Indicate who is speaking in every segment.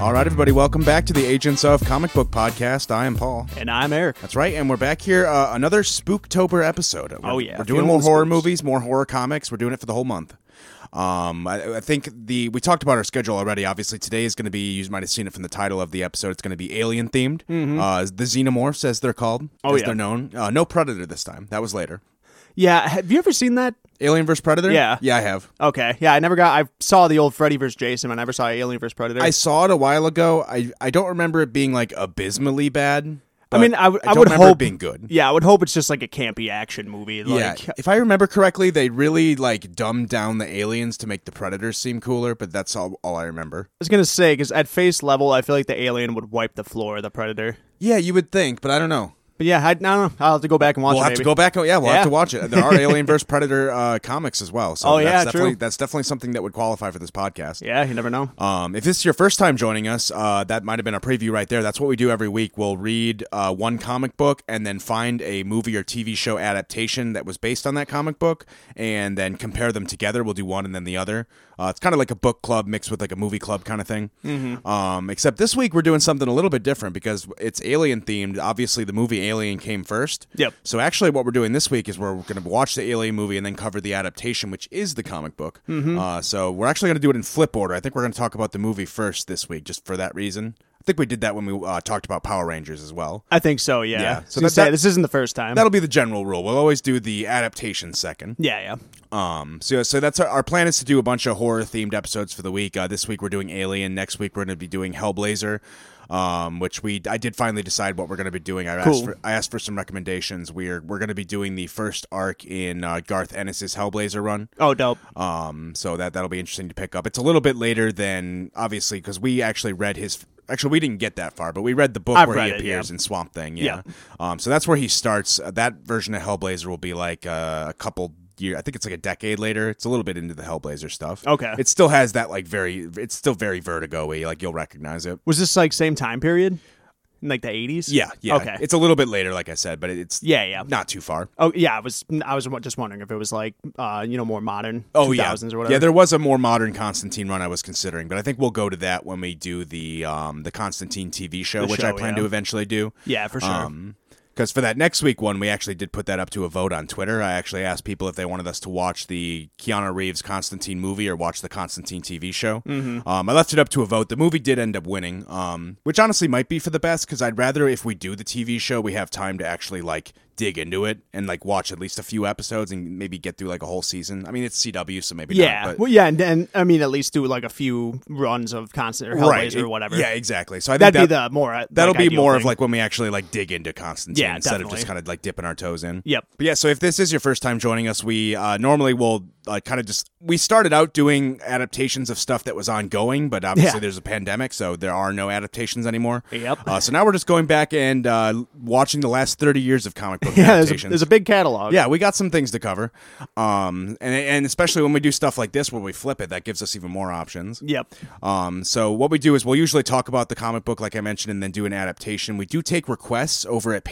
Speaker 1: All right, everybody, welcome back to the Agents of Comic Book Podcast. I am Paul.
Speaker 2: And I'm Eric.
Speaker 1: That's right, and we're back here uh, another Spooktober episode. We're-
Speaker 2: Oh, yeah.
Speaker 1: we're doing
Speaker 2: Feeling
Speaker 1: more
Speaker 2: the
Speaker 1: horror
Speaker 2: spooks.
Speaker 1: movies, more horror comics. We're doing it for the whole month. Um, I, I think the we talked about our schedule already. Obviously, today is going to be you might have seen it from the title of the episode. It's going to be alien themed. Uh, the xenomorphs, as they're called,
Speaker 2: Mm-hmm. Oh,
Speaker 1: as
Speaker 2: yeah.
Speaker 1: they're known. Uh, no predator this time. That was later.
Speaker 2: Yeah, have you ever seen that?
Speaker 1: Alien vs Predator.
Speaker 2: Yeah.
Speaker 1: yeah, I have.
Speaker 2: Okay, yeah, I never got. I saw the old Freddy vs. Jason. I never saw Alien vs. Predator.
Speaker 1: I saw it a while ago. I I don't remember it being like abysmally bad.
Speaker 2: I mean,
Speaker 1: but
Speaker 2: I would- I
Speaker 1: don't
Speaker 2: would
Speaker 1: remember it
Speaker 2: hope-
Speaker 1: being good.
Speaker 2: yeah, I would hope it's just like a campy action movie. Like,
Speaker 1: yeah, if I remember correctly, they really like dumbed down the aliens to make the predators seem cooler, but that's all, all I remember.
Speaker 2: I was gonna say because at face level, I feel like the alien would wipe the floor of the Predator.
Speaker 1: Yeah, you would think, but I don't know.
Speaker 2: But yeah, I, I don't know. I'll have to go back and watch.
Speaker 1: We'll
Speaker 2: it,
Speaker 1: have to
Speaker 2: maybe.
Speaker 1: go back. Oh, yeah, we'll have
Speaker 2: Yeah.
Speaker 1: to watch it. There are Alien vs Predator uh, comics as well. So
Speaker 2: Oh,
Speaker 1: that's
Speaker 2: yeah,
Speaker 1: definitely,
Speaker 2: true.
Speaker 1: That's definitely something that would qualify for this podcast.
Speaker 2: Yeah, you never know.
Speaker 1: Um, if this is your first time joining us, uh, that might have been a preview right there. That's what we do every week. We'll read uh, one comic book and then find a movie or TV show adaptation that was based on that comic book and then compare them together. We'll do one and then the other. Uh, it's kind of like a book club mixed with like a movie club kind of thing. Um, except this week we're doing something a little bit different because it's alien themed. Obviously, the movie Alien came first.
Speaker 2: Yep.
Speaker 1: So actually, what we're doing this week is we're going to watch the Alien movie and then cover the adaptation, which is the comic book. Uh, so we're actually going to do it in flip order. I think we're going to talk about the movie first this week, just for that reason. I think we did that when we uh, talked about Power Rangers as well.
Speaker 2: I think so. Yeah.
Speaker 1: Yeah,
Speaker 2: I was
Speaker 1: so
Speaker 2: gonna
Speaker 1: that-
Speaker 2: say,
Speaker 1: that-
Speaker 2: this isn't the first time.
Speaker 1: That'll be the general rule. We'll always do the adaptation second.
Speaker 2: Yeah, yeah.
Speaker 1: Um, so so that's our, our plan is to do a bunch of horror themed episodes for the week. Uh, this week we're doing Alien. Next week we're going to be doing Hellblazer, um, which we I did finally decide what we're going to be doing. I asked
Speaker 2: Cool.
Speaker 1: for I asked for some recommendations. We're we're going to be doing the first arc in uh, Garth Ennis's Hellblazer run.
Speaker 2: Oh, dope.
Speaker 1: Um, so that that'll be interesting to pick up. It's a little bit later than obviously because we actually read his. Actually, we didn't get that far, but we read the book
Speaker 2: I've
Speaker 1: where he
Speaker 2: read it,
Speaker 1: appears
Speaker 2: yeah.
Speaker 1: in Swamp Thing. Yeah. Um, so that's where he starts. Uh, that version of Hellblazer will be like uh, a couple year. I think it's like a decade later. It's a little bit into the Hellblazer stuff.
Speaker 2: Okay.
Speaker 1: It still has that like very. It's still very Vertigo-y. Like you'll recognize it.
Speaker 2: Was this like same time period? In like the eighties?
Speaker 1: Yeah. Yeah.
Speaker 2: Okay.
Speaker 1: It's a little bit later, like I said, but it's
Speaker 2: yeah, yeah.
Speaker 1: not too far.
Speaker 2: Oh yeah, I was I was just wondering if it was like uh you know more modern.
Speaker 1: Oh yeah,
Speaker 2: 2000s or whatever.
Speaker 1: yeah. There was a more modern Constantine run I was considering, but I think we'll go to that when we do the um, the Constantine TV show,
Speaker 2: The
Speaker 1: which I
Speaker 2: show,
Speaker 1: plan
Speaker 2: yeah.
Speaker 1: to eventually do.
Speaker 2: Yeah, for sure.
Speaker 1: Um, because for that next week one, we actually did put that up to a vote on Twitter. I actually asked people if they wanted us to watch the Keanu Reeves Constantine movie or watch the Constantine TV show.
Speaker 2: Mm-hmm.
Speaker 1: Um, I left it up to a vote. The movie did end up winning, um, which honestly might be for the best because I'd rather if we do the TV show, we have time to actually like dig into it and like watch at least a few episodes and maybe get through like a whole season. I mean, it's CW, so maybe
Speaker 2: yeah.
Speaker 1: not, but-
Speaker 2: well, yeah, and, and I mean at least do like a few runs of constant or Hellblazer or whatever.
Speaker 1: e Yeah, exactly. So I think
Speaker 2: That'd be
Speaker 1: that-
Speaker 2: the more uh,
Speaker 1: That'll
Speaker 2: like,
Speaker 1: be
Speaker 2: ideal
Speaker 1: more of
Speaker 2: thing.
Speaker 1: like when we actually like dig into Constantine
Speaker 2: Yeah,
Speaker 1: instead of
Speaker 2: definitely.
Speaker 1: just kind of like dipping our toes in.
Speaker 2: Yep.
Speaker 1: But yeah, so if this is your first time joining us, we uh, normally will uh, kind of just we started out doing adaptations of stuff that was ongoing, but obviously
Speaker 2: Yeah.
Speaker 1: there's a pandemic, so there are no adaptations anymore.
Speaker 2: Yep.
Speaker 1: Uh, so now we're just going back and uh, watching the last 30 years of comic book
Speaker 2: yeah, there's a,
Speaker 1: adaptations.
Speaker 2: there's a big catalog.
Speaker 1: Yeah, we got some things to cover, um, and and especially when we do stuff like this where we flip it, that gives us even more options.
Speaker 2: Yep.
Speaker 1: Um, so what we do is we'll usually talk about the comic book, like I mentioned, and then do an adaptation. We do take requests over at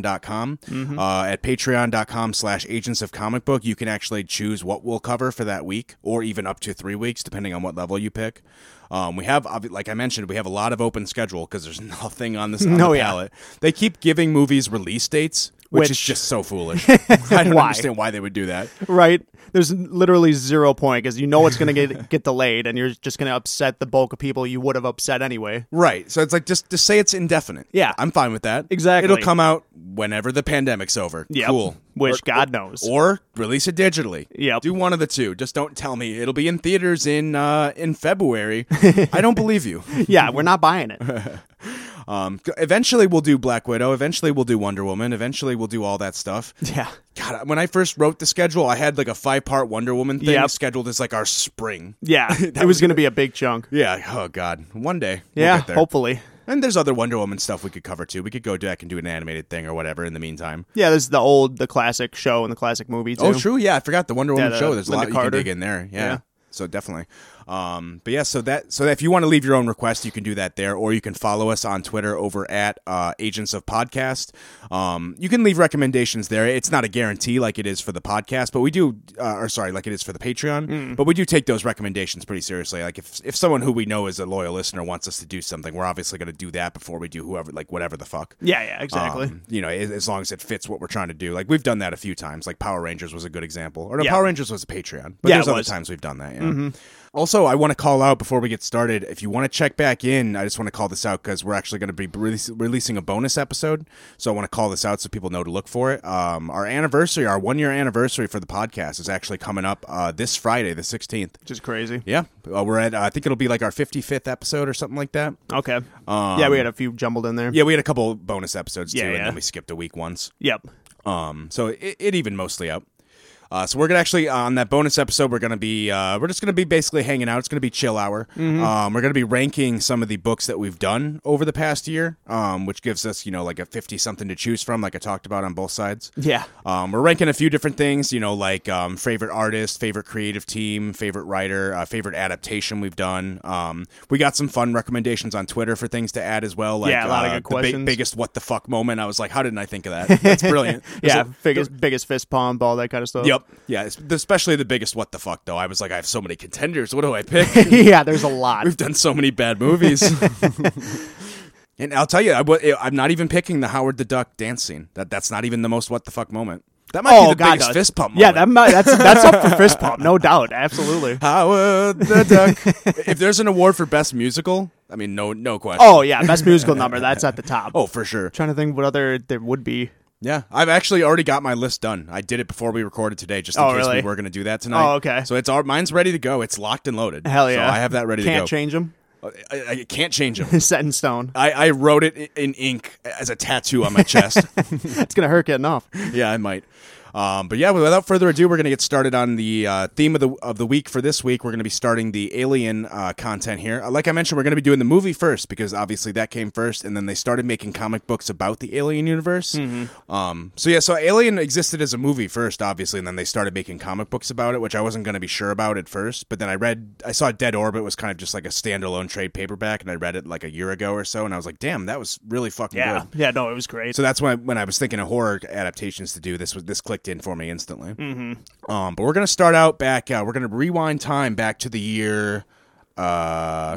Speaker 1: patreon.com.
Speaker 2: Mm-hmm.
Speaker 1: Uh, at patreon.com slash agents of comic book, you can actually choose what we'll cover for that week or even up to three weeks, depending on what level you pick. Um, we have, obvi- like I mentioned, we have a lot of open schedule because there's nothing on this on
Speaker 2: No,
Speaker 1: the
Speaker 2: yeah.
Speaker 1: palette. They keep giving movies release dates, which, is
Speaker 2: Which-
Speaker 1: just so foolish. I don't
Speaker 2: Why?
Speaker 1: understand why they would do that.
Speaker 2: Right. There's literally zero point because you know it's gonna get get delayed and you're just gonna upset the bulk of people you would have upset anyway.
Speaker 1: Right. So it's like just just say it's indefinite.
Speaker 2: Yeah.
Speaker 1: I'm fine with that.
Speaker 2: Exactly.
Speaker 1: It'll come out whenever the pandemic's over.
Speaker 2: Yep.
Speaker 1: Cool.
Speaker 2: Which
Speaker 1: Or-
Speaker 2: God knows.
Speaker 1: Or release it digitally.
Speaker 2: Yep.
Speaker 1: Do one of the two. Just don't tell me it'll be in theaters in uh, in February. I don't believe you.
Speaker 2: yeah, we're not buying it.
Speaker 1: Um, g- eventually we'll do Black Widow. Eventually we'll do Wonder Woman. Eventually we'll do all that stuff.
Speaker 2: Yeah.
Speaker 1: God, when I first wrote the schedule, I had like a five part Wonder Woman thing
Speaker 2: Yep.
Speaker 1: scheduled as like our spring.
Speaker 2: Yeah. it was gonna be a big chunk.
Speaker 1: Yeah. Oh God. One day. we'll
Speaker 2: Yeah,
Speaker 1: get there.
Speaker 2: hopefully.
Speaker 1: And there's other Wonder Woman stuff we could cover too. We could go back and do an animated thing or whatever in the meantime.
Speaker 2: Yeah, there's the old, the classic show and the classic movie too.
Speaker 1: Oh, true. Yeah, I forgot the Wonder Woman
Speaker 2: the
Speaker 1: show. There's a
Speaker 2: Linda
Speaker 1: lot you
Speaker 2: Carter.
Speaker 1: can dig in there. Yeah.
Speaker 2: Yeah.
Speaker 1: So definitely. Um, but yeah, so that so if you want to leave your own request, you can do that there, or you can follow us on Twitter over at uh, Agents of Podcast. Um, you can leave recommendations there. It's not a guarantee like it is for the podcast, but we do, uh, or sorry, like it is for the Patreon. But we do take those recommendations pretty seriously. Like if if someone who we know is a loyal listener wants us to do something, we're obviously going to do that before we do whoever, like whatever the fuck.
Speaker 2: Yeah, yeah, exactly.
Speaker 1: Um, you know, as, as long as it fits what we're trying to do. Like we've done that a few times. Like Power Rangers was a good example, or no,
Speaker 2: Yeah.
Speaker 1: Power Rangers was a Patreon. But
Speaker 2: Yeah,
Speaker 1: there's
Speaker 2: it
Speaker 1: other
Speaker 2: was. Mm-hmm.
Speaker 1: times we've done that. Yeah. Also, I want to call out before we get started. If you want to check back in, I just want to call this out because we're actually going to be release, releasing a bonus episode. So I want to call this out so people know to look for it. Um, our anniversary, our one year anniversary for the podcast, is actually coming up uh, this Friday, the 16th.
Speaker 2: Which is crazy.
Speaker 1: Yeah, uh, we're at. Uh, I think it'll be like our 55th episode or something like that.
Speaker 2: Okay. yeah, we had a few jumbled in there.
Speaker 1: Um, Yeah, we had a couple bonus episodes too,
Speaker 2: Yeah,
Speaker 1: and
Speaker 2: yeah.
Speaker 1: then we skipped a week once.
Speaker 2: Yep.
Speaker 1: Um, so it, it even mostly out. Uh, so we're gonna actually on that bonus episode we're gonna be uh, we're just gonna be basically hanging out. It's gonna be chill hour. Um, we're gonna be ranking some of the books that we've done over the past year, um, which gives us you know like a fifty something to choose from, like I talked about on both sides.
Speaker 2: Yeah.
Speaker 1: Um, we're ranking a few different things, you know, like um, favorite artist, favorite creative team, favorite writer, uh, favorite adaptation we've done. Um, we got some fun recommendations on Twitter for things to add as well. Like,
Speaker 2: Yeah, a lot of
Speaker 1: uh,
Speaker 2: good
Speaker 1: the big-
Speaker 2: questions.
Speaker 1: biggest what the fuck moment. I was like, how didn't I think of that? That's brilliant. There's
Speaker 2: Yeah,
Speaker 1: a-
Speaker 2: biggest biggest fist pump, all that kind of stuff.
Speaker 1: Yep. Yeah. it's- Especially the biggest what the fuck though. I was like, I have so many contenders. What do I pick?
Speaker 2: yeah, there's a lot.
Speaker 1: We've done so many bad movies. and I'll tell you, I, am not even picking the Howard the Duck dance scene. That that's not even the most what the fuck moment. That might be the biggest
Speaker 2: no.
Speaker 1: fist pump.
Speaker 2: Oh, uh, Yeah,
Speaker 1: moment.
Speaker 2: that might, that's that's up for fist pump, no doubt, absolutely.
Speaker 1: Howard the Duck. if there's an award for best musical, I mean, no, no question.
Speaker 2: Oh yeah, best musical number, that's at the top.
Speaker 1: Oh, for sure.
Speaker 2: trying to think what other there would be.
Speaker 1: Yeah, I've actually already got my list done. I did it before we recorded today, just in
Speaker 2: Oh,
Speaker 1: case we
Speaker 2: really?
Speaker 1: were going to do that tonight.
Speaker 2: Oh, okay.
Speaker 1: So it's our mine's ready to go. It's locked and loaded.
Speaker 2: Hell yeah,
Speaker 1: So I have that ready
Speaker 2: Can't
Speaker 1: to go.
Speaker 2: change them.
Speaker 1: I, I can't change them.
Speaker 2: Set in stone.
Speaker 1: I, I wrote it i- in ink as a tattoo on my chest.
Speaker 2: It's gonna hurt getting off.
Speaker 1: yeah, I might. Um, but yeah, without further ado, we're going to get started on the uh, theme of the of the week for this week. We're going to be starting the Alien uh, content here. Uh, Like I mentioned, we're going to be doing the movie first because obviously that came first, and then they started making comic books about the Alien universe. Um, so yeah, so Alien existed as a movie first, obviously, and then they started making comic books about it, which I wasn't going to be sure about at first. But then I read, I saw Dead Orbit was kind of just like a standalone trade paperback, and I read it like a year ago or so, and I was like, damn, that was really fucking good.
Speaker 2: Yeah, yeah, no, it was great.
Speaker 1: So that's when I, when I was thinking of horror adaptations to do this was this clicked in for me instantly. Mm-hmm. Um, but we're gonna start out back. Uh, we're gonna rewind time back to the year. Uh,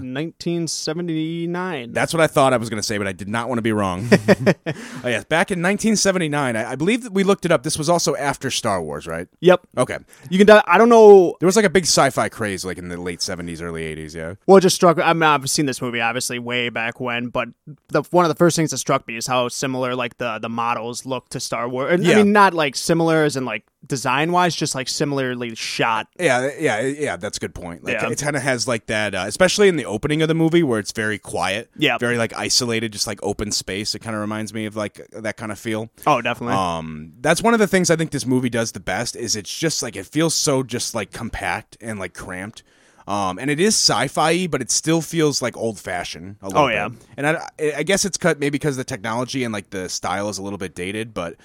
Speaker 2: 1979.
Speaker 1: that's what I thought I was gonna say, but I did not want to be wrong. oh, yes, back in 1979, I, I believe that we looked it up. This was also after Star Wars, right?
Speaker 2: yep.
Speaker 1: Okay,
Speaker 2: You can. di- I don't know.
Speaker 1: there was like a big sci-fi craze like in the late 70s, early 80s. Yeah,
Speaker 2: Well, it just struck. I mean, I've seen this movie obviously way back when, but the one of the first things that struck me is how similar like the the models look to Star Wars. And,
Speaker 1: Yeah.
Speaker 2: I mean, not like similar as in like design wise, just like similarly shot.
Speaker 1: Yeah, yeah, yeah. That's a good point. Like,
Speaker 2: Yeah.
Speaker 1: it kind of has like that, uh, especially in the opening of the movie where it's very quiet.
Speaker 2: Yeah.
Speaker 1: very like isolated, just like open space. It kind of reminds me of like that kind of feel.
Speaker 2: Oh, definitely.
Speaker 1: Um, that's one of the things I think this movie does the best is it's just like it feels so just like compact and like cramped. Um, and it is sci-fi, but it still feels like old-fashioned. A little
Speaker 2: Oh, yeah.
Speaker 1: bit. and I, I guess it's cut maybe because the technology and like the style is a little bit dated, but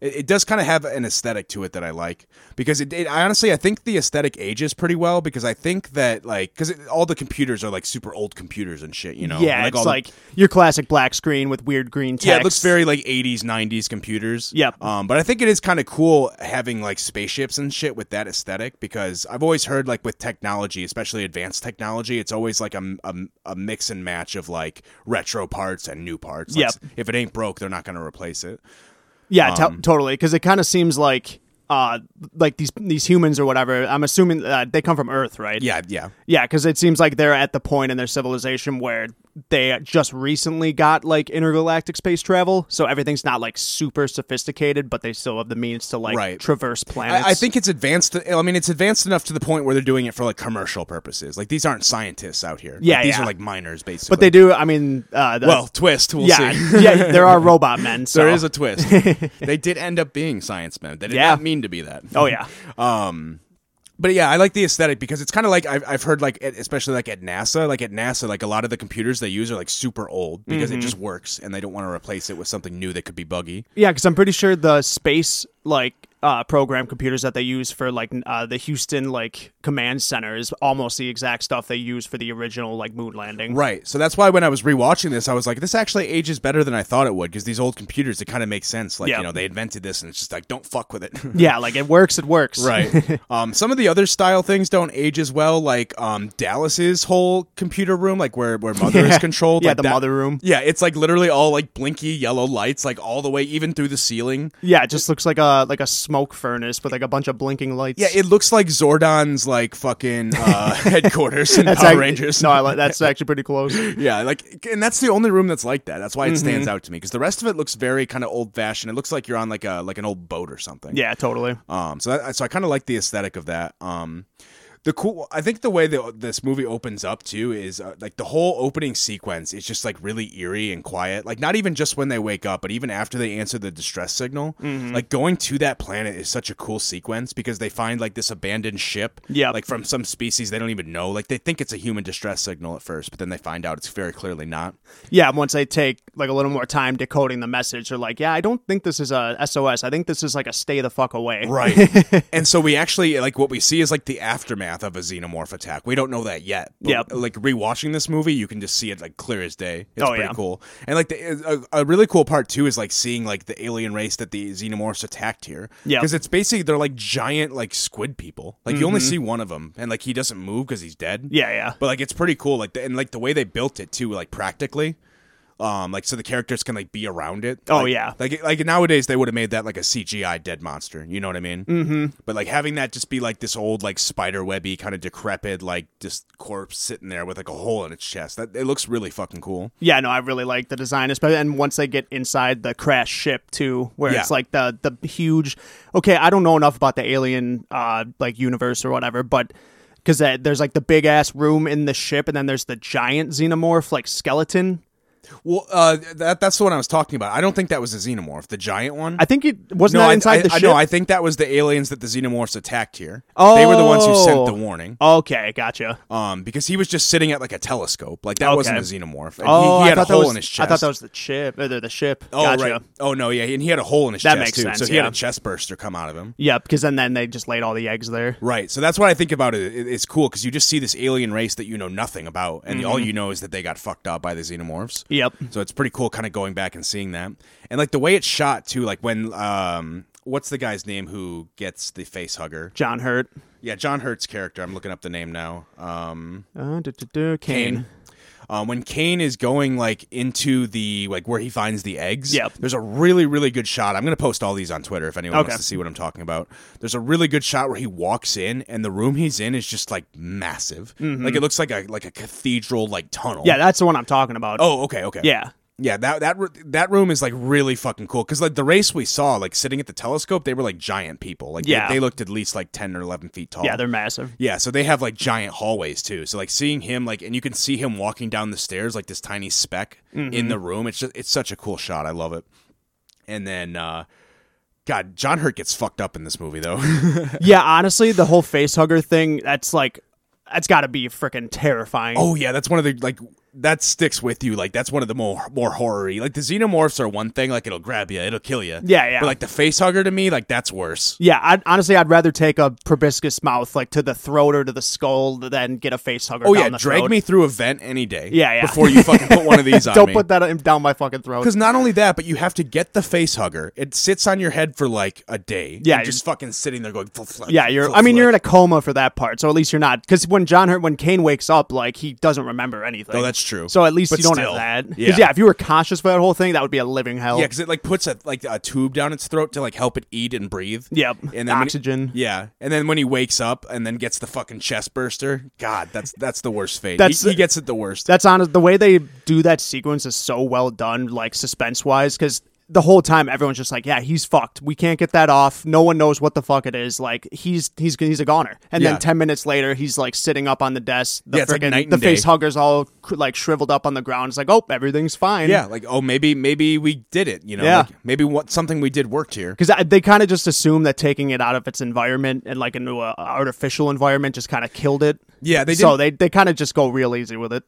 Speaker 1: it, it does kind of have an aesthetic to it that I like because it, it. I honestly I think the aesthetic ages pretty well because I think that like because all the computers are like super old computers and shit, you know.
Speaker 2: yeah, it's
Speaker 1: all the-
Speaker 2: like your classic black screen with weird green text.
Speaker 1: yeah, it looks very like 80s, 90s computers.
Speaker 2: Yep.
Speaker 1: Um, but I think it is kind of cool having like spaceships and shit with that aesthetic because I've always heard like with technology, especially advanced technology, it's always like a, a, a mix and match of like retro parts and new parts. Like,
Speaker 2: Yep.
Speaker 1: s- If it ain't broke, they're not going to replace it.
Speaker 2: Yeah, to-
Speaker 1: um,
Speaker 2: totally. Because it kind of seems like uh like these these humans or whatever. I'm assuming uh, they come from Earth, right?
Speaker 1: Yeah, yeah.
Speaker 2: Yeah, because it seems like they're at the point in their civilization where they just recently got like intergalactic space travel, so everything's not like super sophisticated, but they still have the means to like
Speaker 1: Right.
Speaker 2: traverse planets.
Speaker 1: I, I think it's advanced. I mean, it's advanced enough to the point where they're doing it for like commercial purposes. Like these aren't scientists out here. Like,
Speaker 2: Yeah,
Speaker 1: these
Speaker 2: yeah.
Speaker 1: are like miners basically.
Speaker 2: but they do. I mean, uh, the,
Speaker 1: well twist. We'll
Speaker 2: yeah,
Speaker 1: see.
Speaker 2: yeah, there are robot men. So.
Speaker 1: There is a twist. they did end up being science men. They did
Speaker 2: Yeah.
Speaker 1: not mean to be that.
Speaker 2: Oh yeah,
Speaker 1: But yeah, I like the aesthetic because it's kind of like I've, I've heard like at- especially like at NASA, like at NASA, like a lot of the computers they use are like super old because
Speaker 2: Mm-hmm.
Speaker 1: it just works and they don't want to replace it with something new that could be buggy.
Speaker 2: yeah, because I'm pretty sure the space like uh, program computers that they use for like n- uh, the Houston like command center is almost the exact stuff they use for the original like moon landing.
Speaker 1: Right. So that's why when I was rewatching this, I was like, this actually ages better than I thought it would because these old computers, it kind of makes sense. Like,
Speaker 2: Yeah.
Speaker 1: you know, they invented this and it's just like, don't fuck with it.
Speaker 2: Yeah, like it works. It works.
Speaker 1: right. um, some of the other style things don't age as well, like um, Dallas's whole computer room, like where, where Mother is controlled.
Speaker 2: Yeah,
Speaker 1: like
Speaker 2: the
Speaker 1: that-
Speaker 2: mother room.
Speaker 1: Yeah, it's like literally all like blinky yellow lights, like all the way even through the ceiling.
Speaker 2: Yeah, it just looks like a like a smoke furnace with like a bunch of blinking lights.
Speaker 1: Yeah, it looks like Zordon's like fucking uh, headquarters in Power
Speaker 2: act-
Speaker 1: Rangers.
Speaker 2: No, I like, that's actually pretty close.
Speaker 1: Yeah, like, and that's the only room that's like that. That's why it stands out to me because the rest of it looks very kind of old fashioned. It looks like you're on like a like an old boat or something.
Speaker 2: Yeah, totally.
Speaker 1: Um. So that, so I kind of like the aesthetic of that. Um. The cool, I think the way that this movie opens up too is uh, like the whole opening sequence is just like really eerie and quiet. Like not even just when they wake up, but even after they answer the distress signal. Like going to that planet is such a cool sequence because they find like this abandoned ship.
Speaker 2: Yep.
Speaker 1: Like from some species they don't even know. Like they think it's a human distress signal at first, but then they find out it's very clearly not.
Speaker 2: Yeah, once they take like a little more time decoding the message, they're like, "Yeah, I don't think this is a SOS. I think this is like a stay the fuck away."
Speaker 1: Right. and so we actually like what we see is like the aftermath of a xenomorph attack. We don't know that yet. But,
Speaker 2: Yep.
Speaker 1: Like rewatching this movie, you can just see it like clear as day. It's
Speaker 2: Oh,
Speaker 1: pretty
Speaker 2: yeah.
Speaker 1: cool. And like the, a, a really cool part too is like seeing like the alien race that the xenomorphs attacked here.
Speaker 2: Yep.
Speaker 1: Because it's basically they're like giant like squid people. Like you only see one of them, and like he doesn't move because he's dead.
Speaker 2: Mm-hmm. Yeah, yeah.
Speaker 1: But like it's pretty cool. Like the, and like the way they built it too, like practically. Um, like so the characters can like be around it.
Speaker 2: Oh,
Speaker 1: Like-
Speaker 2: yeah.
Speaker 1: Like like nowadays they would have made that like a CGI dead monster. You know what I mean? Mm-hmm. But like having that just be like this old like spider webby kind of decrepit like just corpse sitting there with like a hole in its chest. That it looks really fucking cool.
Speaker 2: Yeah, no, I really like the design, especially and once they get inside the crash ship too, where
Speaker 1: Yeah.
Speaker 2: it's like the the huge. Okay, I don't know enough about the alien uh like universe or whatever, but because there's like the big ass room in the ship, and then there's the giant xenomorph like skeleton.
Speaker 1: Well, uh, that that's the one I was talking about. I don't think that was a xenomorph, the giant one.
Speaker 2: I think it wasn't
Speaker 1: no,
Speaker 2: that
Speaker 1: I,
Speaker 2: inside
Speaker 1: I,
Speaker 2: the
Speaker 1: I,
Speaker 2: ship.
Speaker 1: no, I think that was the aliens that the xenomorphs attacked here. they were the ones who sent
Speaker 2: Oh.
Speaker 1: the warning.
Speaker 2: Okay, gotcha.
Speaker 1: um, because he was just sitting at like a telescope. Like that
Speaker 2: Okay.
Speaker 1: wasn't a xenomorph. And
Speaker 2: Oh,
Speaker 1: he, he had
Speaker 2: I
Speaker 1: a
Speaker 2: thought that
Speaker 1: hole
Speaker 2: was,
Speaker 1: in his
Speaker 2: I
Speaker 1: chest.
Speaker 2: thought that was the ship. Or the, the ship.
Speaker 1: Oh
Speaker 2: gotcha.
Speaker 1: right. Oh no, yeah, and he had a hole in his
Speaker 2: That
Speaker 1: chest
Speaker 2: makes
Speaker 1: too.
Speaker 2: sense,
Speaker 1: so he
Speaker 2: yeah.
Speaker 1: had a chest burster come out of him.
Speaker 2: Yeah, because then, then they just laid all the eggs there.
Speaker 1: Right. So that's what I think about it. It- It's cool because you just see this alien race that you know nothing about, and
Speaker 2: Mm-hmm.
Speaker 1: all you know is that they got fucked up by the xenomorphs.
Speaker 2: Yep.
Speaker 1: So it's pretty cool, kind of going back and seeing that, and like the way it's shot too. Like when um, what's the guy's name who gets the face hugger?
Speaker 2: John Hurt.
Speaker 1: Yeah, John Hurt's character. I'm looking up the name now. Um,
Speaker 2: Uh, duh, duh, duh, Kane.
Speaker 1: Kane. Um, when Kane is going like into the like where he finds the eggs,
Speaker 2: Yep.
Speaker 1: there's a really really good shot. I'm gonna post all these on Twitter if anyone
Speaker 2: Okay.
Speaker 1: wants to see what I'm talking about. There's a really good shot where he walks in and the room he's in is just like massive, like it looks like a like a cathedral like tunnel.
Speaker 2: Mm-hmm. Yeah, that's the one I'm talking about.
Speaker 1: Oh, okay, okay.
Speaker 2: Yeah.
Speaker 1: yeah. That that ro- that room is like really fucking cool because like the race we saw, like sitting at the telescope, they were like giant people. Like they-
Speaker 2: Yeah.
Speaker 1: they, looked at least like ten or eleven feet tall.
Speaker 2: Yeah, they're massive.
Speaker 1: Yeah, so they have like giant hallways too. So like seeing him like and you can see him walking down the stairs like this tiny speck
Speaker 2: Mm-hmm.
Speaker 1: in the room. It's just it's such a cool shot. I love it. And then uh God, John Hurt gets fucked up in this movie though.
Speaker 2: yeah, honestly, the whole face hugger thing, that's like, that's got to be freaking terrifying.
Speaker 1: oh yeah, that's one of the like that sticks with you. Like that's one of the more more horror Like the xenomorphs are one thing, like it'll grab you, it'll kill you.
Speaker 2: Yeah, yeah.
Speaker 1: But like the face hugger to me, like that's worse.
Speaker 2: Yeah, I'd, honestly, I'd rather take a proboscis mouth like to the throat or to the skull than get a face hugger.
Speaker 1: Oh
Speaker 2: down
Speaker 1: yeah,
Speaker 2: the
Speaker 1: drag
Speaker 2: throat.
Speaker 1: me through a vent any day.
Speaker 2: Yeah, yeah.
Speaker 1: Before you fucking put one of these on
Speaker 2: Don't
Speaker 1: me.
Speaker 2: put that down my fucking throat.
Speaker 1: Because not only that, but you have to get the face hugger. It sits on your head for like a day.
Speaker 2: Yeah,
Speaker 1: You're just fucking sitting there going. "Fl- fl-
Speaker 2: Yeah, you're.
Speaker 1: fl-
Speaker 2: I mean,
Speaker 1: fl-"
Speaker 2: you're in a coma for that part, so at least you're not. Because when John Hurt, when Kane wakes up, like he doesn't remember anything.
Speaker 1: No, that's true.
Speaker 2: So at least
Speaker 1: But
Speaker 2: you don't
Speaker 1: still,
Speaker 2: have that. 'Cause,
Speaker 1: yeah.
Speaker 2: Yeah. if you were conscious for that whole thing, that would be a living hell.
Speaker 1: Yeah, because it like puts a like a tube down its throat to like help it eat and breathe.
Speaker 2: Yep.
Speaker 1: And then when he-
Speaker 2: Oxygen.
Speaker 1: yeah, and then when he wakes up and then gets the fucking chest burster. God, that's that's the worst fate.
Speaker 2: That's-
Speaker 1: he, he gets it the worst.
Speaker 2: That's honest. The way they do that sequence is so well done, like suspense wise, because the whole time everyone's just like, "Yeah, he's fucked. We can't get that off. No one knows what the fuck it is. Like he's he's he's a goner." And
Speaker 1: Yeah.
Speaker 2: then ten minutes later, he's like sitting up on the desk. The
Speaker 1: Yeah, it's like
Speaker 2: friggin-
Speaker 1: night and
Speaker 2: the
Speaker 1: day.
Speaker 2: face huggers all like shriveled up on the ground. It's like, "Oh, everything's fine."
Speaker 1: yeah, like oh maybe maybe we did it. You know,
Speaker 2: Yeah.
Speaker 1: like, maybe what something we did worked here.
Speaker 2: because they kind of just assume that taking it out of its environment and like into a artificial environment just kind of killed it.
Speaker 1: Yeah, they
Speaker 2: so
Speaker 1: didn't-
Speaker 2: they they kind of just go real easy with it.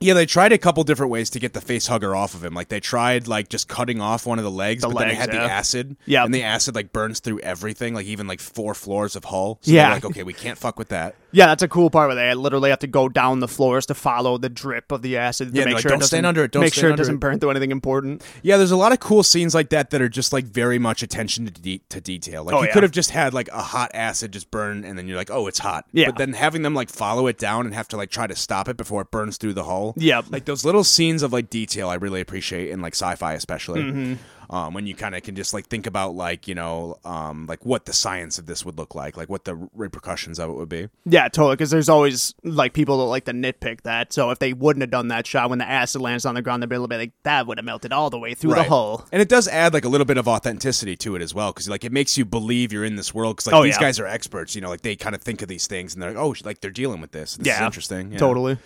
Speaker 1: Yeah, they tried a couple different ways to get the face hugger off of him. Like they tried like just cutting off one of the legs,
Speaker 2: The
Speaker 1: but then it
Speaker 2: legs,
Speaker 1: had
Speaker 2: yeah.
Speaker 1: the acid.
Speaker 2: Yep.
Speaker 1: and the acid like burns through everything, like even like four floors of hull. So
Speaker 2: Yeah.
Speaker 1: they're like okay, we can't fuck with that.
Speaker 2: Yeah, that's a cool part where they literally have to go down the floors to follow the drip of the acid to
Speaker 1: Yeah,
Speaker 2: make
Speaker 1: they're like,
Speaker 2: sure it
Speaker 1: "Don't stand
Speaker 2: doesn't-
Speaker 1: under it, don't
Speaker 2: make
Speaker 1: stand
Speaker 2: sure it
Speaker 1: under
Speaker 2: doesn't
Speaker 1: it."
Speaker 2: burn through anything important.
Speaker 1: Yeah, there's a lot of cool scenes like that that are just like very much attention to, de- to detail. Like
Speaker 2: Oh,
Speaker 1: you
Speaker 2: yeah.
Speaker 1: could have just had like a hot acid just burn, and then you're like, oh, it's hot.
Speaker 2: Yeah.
Speaker 1: But then having them like follow it down and have to like try to stop it before it burns through the hull.
Speaker 2: Yep.
Speaker 1: Like those little scenes of like detail, I really appreciate in like sci-fi especially.
Speaker 2: Mm-hmm.
Speaker 1: Um, when you kind of can just like think about like you know um, like what the science of this would look like, like what the repercussions of it would be.
Speaker 2: Yeah, totally. Because there's always like people that like to nitpick that. So if they wouldn't have done that shot when the acid lands on the ground, they'd be like, that would have melted all the way through the
Speaker 1: Right.
Speaker 2: hole.
Speaker 1: And it does add like a little bit of authenticity to it as well, because like it makes you believe you're in this world. Because like
Speaker 2: Oh,
Speaker 1: these
Speaker 2: yeah.
Speaker 1: guys are experts, you know, like they kind of think of these things and they're like, oh, like they're dealing with this. This is
Speaker 2: Yeah,
Speaker 1: interesting. Yeah.
Speaker 2: Totally.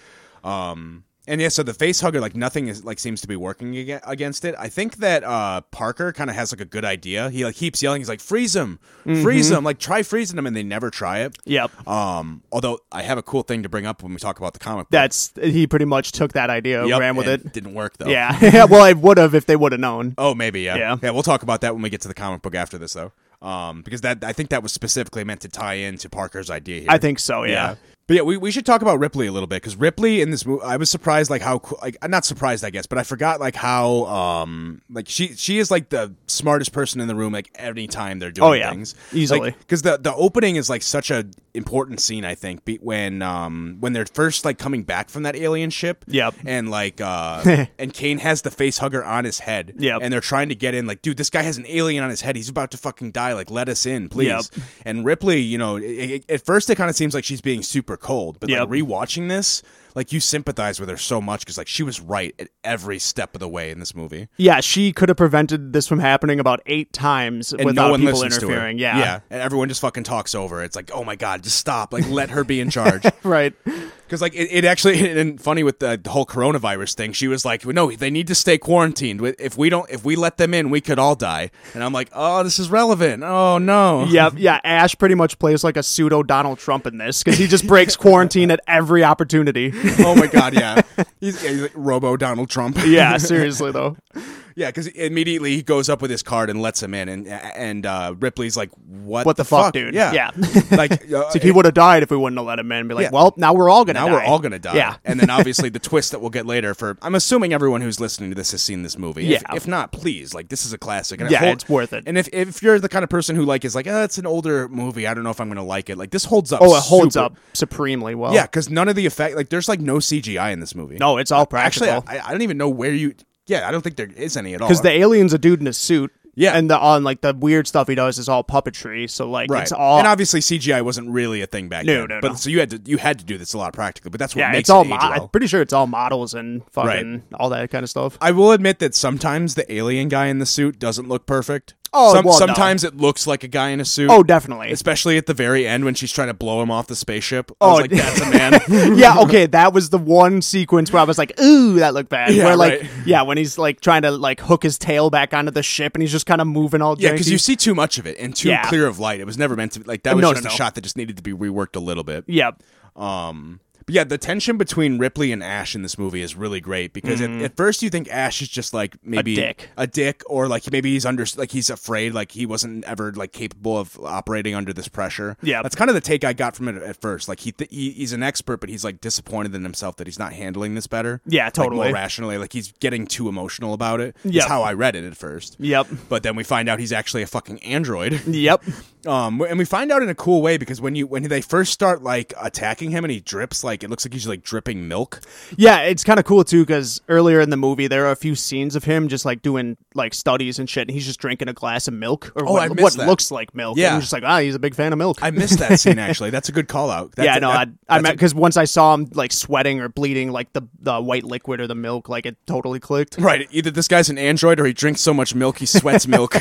Speaker 1: And yeah, so the face hugger, like nothing is like seems to be working aga- against it. I think that uh Parker kind of has like a good idea. He like keeps yelling, he's like, freeze him,
Speaker 2: Mm-hmm.
Speaker 1: freeze him, like try freezing him, and they never try it.
Speaker 2: Yep.
Speaker 1: Um, although I have a cool thing to bring up when we talk about the comic. book.
Speaker 2: That's he pretty much took that idea,
Speaker 1: Yup,
Speaker 2: ran with it.
Speaker 1: and Didn't work though.
Speaker 2: Yeah. well, it would have if they would have known.
Speaker 1: Oh, maybe yeah.
Speaker 2: Yeah.
Speaker 1: we'll talk about that when we get to the comic book after this, though, um, because that I think that was specifically meant to tie into Parker's idea here.
Speaker 2: I think so. Yeah.
Speaker 1: But yeah, we, we should talk about Ripley a little bit because Ripley in this movie, I was surprised like how cool- like I'm not surprised I guess, but I forgot like how um like she she is like the smartest person in the room like any time they're doing
Speaker 2: Oh, yeah.
Speaker 1: things
Speaker 2: Easily.
Speaker 1: because the the opening is like such a important scene I think be, when um when they're first like coming back from that alien ship
Speaker 2: Yep.
Speaker 1: and like uh and Kane has the face hugger on his head
Speaker 2: Yep.
Speaker 1: and they're trying to get in like dude this guy has an alien on his head he's about to fucking die like let us in please
Speaker 2: Yep.
Speaker 1: and Ripley, you know, it, it, at first it kind of seems like she's being super cold, but
Speaker 2: Yep.
Speaker 1: like rewatching this, like you sympathize with her so much because like she was right at every step of the way in this movie,
Speaker 2: Yeah, she could have prevented this from happening about eight times
Speaker 1: and
Speaker 2: without
Speaker 1: no one
Speaker 2: people
Speaker 1: listens
Speaker 2: interfering.
Speaker 1: to her.
Speaker 2: Yeah.
Speaker 1: yeah, and everyone just fucking talks over. it. It's like, oh my god, just stop, like let her be in charge.
Speaker 2: Right.
Speaker 1: Because like it, it actually and funny with the whole coronavirus thing, she was like, "No, they need to stay quarantined. If we don't, if we let them in, we could all die." And I'm like, "Oh, this is relevant. Oh no,
Speaker 2: Yep. Yeah. Ash pretty much plays like a pseudo Donald Trump in this because he just breaks quarantine at every opportunity.
Speaker 1: oh my god, yeah." He's, yeah, he's like Robo Donald Trump.
Speaker 2: Yeah. Seriously though.
Speaker 1: Yeah, because immediately he goes up with his card and lets him in, and and uh, Ripley's like, "What?
Speaker 2: What the fuck, dude?"
Speaker 1: Yeah,
Speaker 2: Yeah.
Speaker 1: like uh,
Speaker 2: if he would have died if we wouldn't have let him in. Be like,
Speaker 1: Yeah.
Speaker 2: well, now we're all gonna
Speaker 1: now
Speaker 2: die.
Speaker 1: we're all gonna die.
Speaker 2: Yeah.
Speaker 1: and then obviously the twist that we'll get later. For I'm assuming everyone who's listening to this has seen this movie. If-
Speaker 2: Yeah.
Speaker 1: If, not, please, like this is a classic. And
Speaker 2: Yeah,
Speaker 1: hol-
Speaker 2: it's worth it.
Speaker 1: And if if you're the kind of person who like is like, oh, it's an older movie. I don't know if I'm gonna like it. Like this holds up.
Speaker 2: Oh, it holds
Speaker 1: super-
Speaker 2: up supremely well.
Speaker 1: Yeah, because none of the effect, like there's like no CGI in this movie.
Speaker 2: No, it's all practical.
Speaker 1: actually, I, I don't even know where you. Yeah, I don't think there is any at all.
Speaker 2: because the alien's a dude in a suit.
Speaker 1: Yeah.
Speaker 2: and the on like the weird stuff he does is all puppetry. So like
Speaker 1: Right.
Speaker 2: it's all
Speaker 1: and obviously CGI wasn't really a thing back
Speaker 2: No,
Speaker 1: then.
Speaker 2: no,
Speaker 1: but
Speaker 2: no.
Speaker 1: so you had to you had to do this a lot practically, but that's what
Speaker 2: yeah,
Speaker 1: makes
Speaker 2: it's all.
Speaker 1: it
Speaker 2: Mo-
Speaker 1: age
Speaker 2: I'm
Speaker 1: well.
Speaker 2: pretty sure it's all models and fucking all that kind of stuff.
Speaker 1: I will admit that sometimes the alien guy in the suit doesn't look perfect.
Speaker 2: Oh, well, no.
Speaker 1: sometimes it looks like a guy in a suit.
Speaker 2: Oh, definitely.
Speaker 1: especially at the very end when she's trying to blow him off the spaceship. I
Speaker 2: Oh,
Speaker 1: was like that's a man.
Speaker 2: yeah, okay, that was the one sequence where I was like, ooh, that looked bad.
Speaker 1: Yeah,
Speaker 2: where like,
Speaker 1: right.
Speaker 2: yeah, when he's like trying to like hook his tail back onto the ship and he's just kind of moving all
Speaker 1: yeah, because
Speaker 2: janky.
Speaker 1: you see too much of it and too
Speaker 2: Yeah.
Speaker 1: clear of light. It was never meant to. Like that was
Speaker 2: No,
Speaker 1: just
Speaker 2: no,
Speaker 1: a
Speaker 2: no.
Speaker 1: shot that just needed to be reworked a little bit.
Speaker 2: yeah,
Speaker 1: Um, but yeah, the tension between Ripley and Ash in this movie is really great because at, at first you think Ash is just like maybe
Speaker 2: Mm-hmm. dick.
Speaker 1: a dick, or like maybe he's under, like he's afraid, like he wasn't ever like capable of operating under this pressure.
Speaker 2: Yeah.
Speaker 1: that's kind of the take I got from it at first. Like he, th- he he's an expert, but he's like disappointed in himself that he's not handling this better.
Speaker 2: Yeah,
Speaker 1: Like,
Speaker 2: totally.
Speaker 1: more rationally, like he's getting too emotional about it.
Speaker 2: Yep.
Speaker 1: That's how I read it at first.
Speaker 2: yep,
Speaker 1: But then we find out he's actually a fucking android.
Speaker 2: yep.
Speaker 1: Um, and we find out in a cool way because when you when they first start like attacking him and he drips like it looks like he's like dripping milk.
Speaker 2: Yeah, it's kind of cool too because earlier in the movie there are a few scenes of him just like doing like studies and shit, and he's just drinking a glass of milk or
Speaker 1: Oh,
Speaker 2: what,
Speaker 1: I missed
Speaker 2: what
Speaker 1: that.
Speaker 2: looks like milk.
Speaker 1: Yeah.
Speaker 2: and I'm just like, ah, he's a big fan of milk.
Speaker 1: I missed that scene actually. That's a good call out. That's
Speaker 2: yeah,
Speaker 1: a-
Speaker 2: no,
Speaker 1: that-
Speaker 2: I, I
Speaker 1: that's
Speaker 2: meant because once I saw him like sweating or bleeding, like the the white liquid or the milk, like it totally clicked,
Speaker 1: a- right. Either this guy's an android or he drinks so much milk he sweats milk.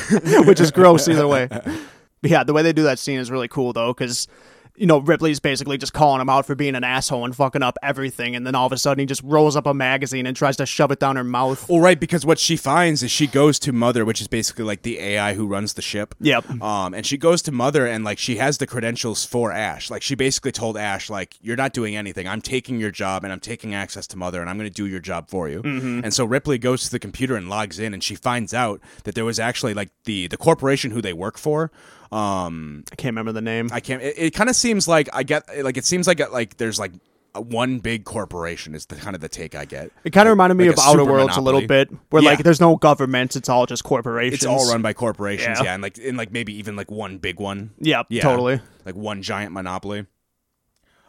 Speaker 2: which is gross either way. But yeah, the way they do that scene is really cool though because. you know, Ripley's basically just calling him out for being an asshole and fucking up everything. And then all of a sudden he just rolls up a magazine and tries to shove it down her mouth.
Speaker 1: Well, right, because what she finds is she goes to Mother, which is basically like the AI who runs the ship.
Speaker 2: Yep.
Speaker 1: Um, and she goes to Mother, and like she has the credentials for Ash. Like she basically told Ash, like you're not doing anything. I'm taking your job, and I'm taking access to Mother, and I'm going to do your job for you. And so Ripley goes to the computer and logs in, and she finds out that there was actually like the the corporation who they work for. Um,
Speaker 2: I can't remember the name.
Speaker 1: I can't. It, it kind of seems like I get like it seems like like there's like a- one big corporation is the kind of the take I get.
Speaker 2: It kind of reminded me
Speaker 1: like
Speaker 2: of
Speaker 1: a
Speaker 2: Outer
Speaker 1: super
Speaker 2: Worlds a little
Speaker 1: monopoly.
Speaker 2: bit, where
Speaker 1: Yeah.
Speaker 2: like there's no governments; it's all just corporations.
Speaker 1: It's all run by corporations,
Speaker 2: Yeah.
Speaker 1: yeah. and like in like maybe even like one big one.
Speaker 2: Yep,
Speaker 1: Yeah.
Speaker 2: totally.
Speaker 1: Like one giant monopoly.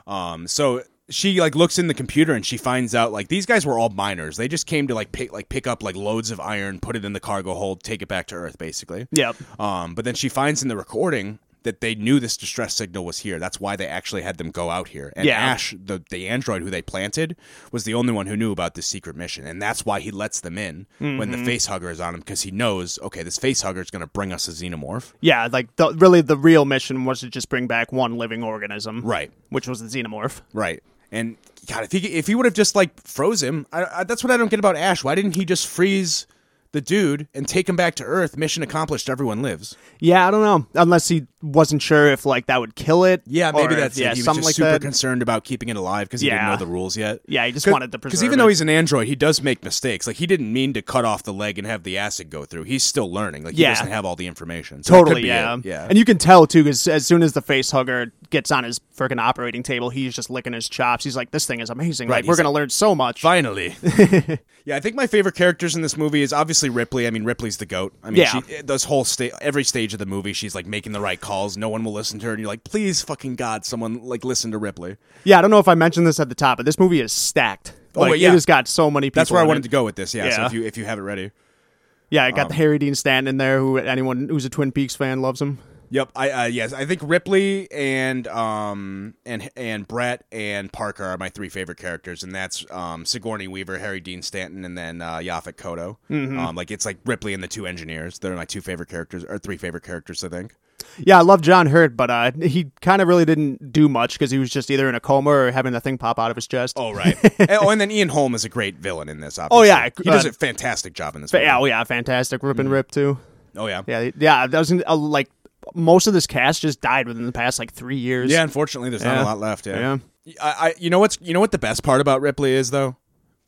Speaker 1: Um so she like looks in the computer and she finds out like these guys were all miners. They just came to like pick like pick up like loads of iron, put it in the cargo hold, take it back to Earth basically.
Speaker 2: Yep.
Speaker 1: Um but then she finds in the recording that they knew this distress signal was here. That's why they actually had them go out here. And
Speaker 2: Yeah.
Speaker 1: Ash, the the android who they planted, was the only one who knew about this secret mission, and that's why he lets them in when the facehugger is on him because he knows, okay, this facehugger is going to bring us a xenomorph.
Speaker 2: Yeah, like the, really, the real mission was to just bring back one living organism,
Speaker 1: Right.
Speaker 2: Which was the xenomorph.
Speaker 1: Right. And God, if he if he would have just like froze him, I, I, that's what I don't get about Ash. Why didn't he just freeze the dude and take him back to Earth? Mission accomplished. Everyone lives.
Speaker 2: Yeah, I don't know, unless he wasn't sure if like that would kill it.
Speaker 1: Yeah, maybe
Speaker 2: or if-
Speaker 1: that's
Speaker 2: yeah,
Speaker 1: it. He was
Speaker 2: something
Speaker 1: just
Speaker 2: like
Speaker 1: super
Speaker 2: that.
Speaker 1: concerned about keeping it alive because he
Speaker 2: Yeah.
Speaker 1: didn't know the rules yet.
Speaker 2: yeah, he just wanted to preserve.
Speaker 1: Because even though
Speaker 2: it.
Speaker 1: he's an android, he does make mistakes. Like he didn't mean to cut off the leg and have the acid go through. He's still learning. Like he
Speaker 2: Yeah.
Speaker 1: doesn't have all the information. So it could
Speaker 2: Totally,
Speaker 1: be
Speaker 2: yeah.
Speaker 1: it. yeah.
Speaker 2: And you can tell too, because as soon as the face hugger gets on his freaking operating table, he's just licking his chops. He's like, "This thing is amazing.
Speaker 1: Right,
Speaker 2: like, we're
Speaker 1: he's
Speaker 2: gonna learn so much."
Speaker 1: Finally. yeah, I think my favorite characters in this movie is obviously Ripley. I mean, Ripley's the goat. I mean,
Speaker 2: Yeah.
Speaker 1: she, this whole sta- every stage of the movie, she's like making the right calls. No one will listen to her, and you're like, please, fucking god, someone like listen to Ripley.
Speaker 2: Yeah, I don't know if I mentioned this at the top, but this movie is stacked.
Speaker 1: Oh,
Speaker 2: Like,
Speaker 1: wait, yeah.
Speaker 2: it has got so many people.
Speaker 1: That's where I
Speaker 2: in
Speaker 1: wanted
Speaker 2: it.
Speaker 1: to Oh. go with this. Yeah, So
Speaker 2: Yeah.
Speaker 1: if you if you have it ready.
Speaker 2: Yeah, I got the Harry Dean Stanton in there. Who anyone who's a Twin Peaks fan loves him.
Speaker 1: Yep. I uh, yes, I think Ripley and um and and Brett and Parker are my three favorite characters, and that's um Sigourney Weaver, Harry Dean Stanton, and then uh, Yaphet Kotto.
Speaker 2: Mm-hmm.
Speaker 1: Um, like it's like Ripley and the two engineers. They're my two favorite characters or three favorite characters, I think.
Speaker 2: Yeah, I love John Hurt, but uh, he kind of really didn't do much because he was just either in a coma or having a thing pop out of his chest.
Speaker 1: Oh right. And- oh, and then Ian Holm is a great villain in this. Obviously.
Speaker 2: Oh, yeah,
Speaker 1: he does
Speaker 2: uh,
Speaker 1: a fantastic job in this.
Speaker 2: But yeah,
Speaker 1: movie.
Speaker 2: oh yeah, fantastic rip and rip too.
Speaker 1: Oh yeah. yeah.
Speaker 2: Yeah, yeah, that was uh, like most of this cast just died within the past like three years.
Speaker 1: unfortunately, there's not
Speaker 2: Yeah.
Speaker 1: a lot left.
Speaker 2: Yeah.
Speaker 1: Yeah. I, I, you know what's, you know what the best part about Ripley is though,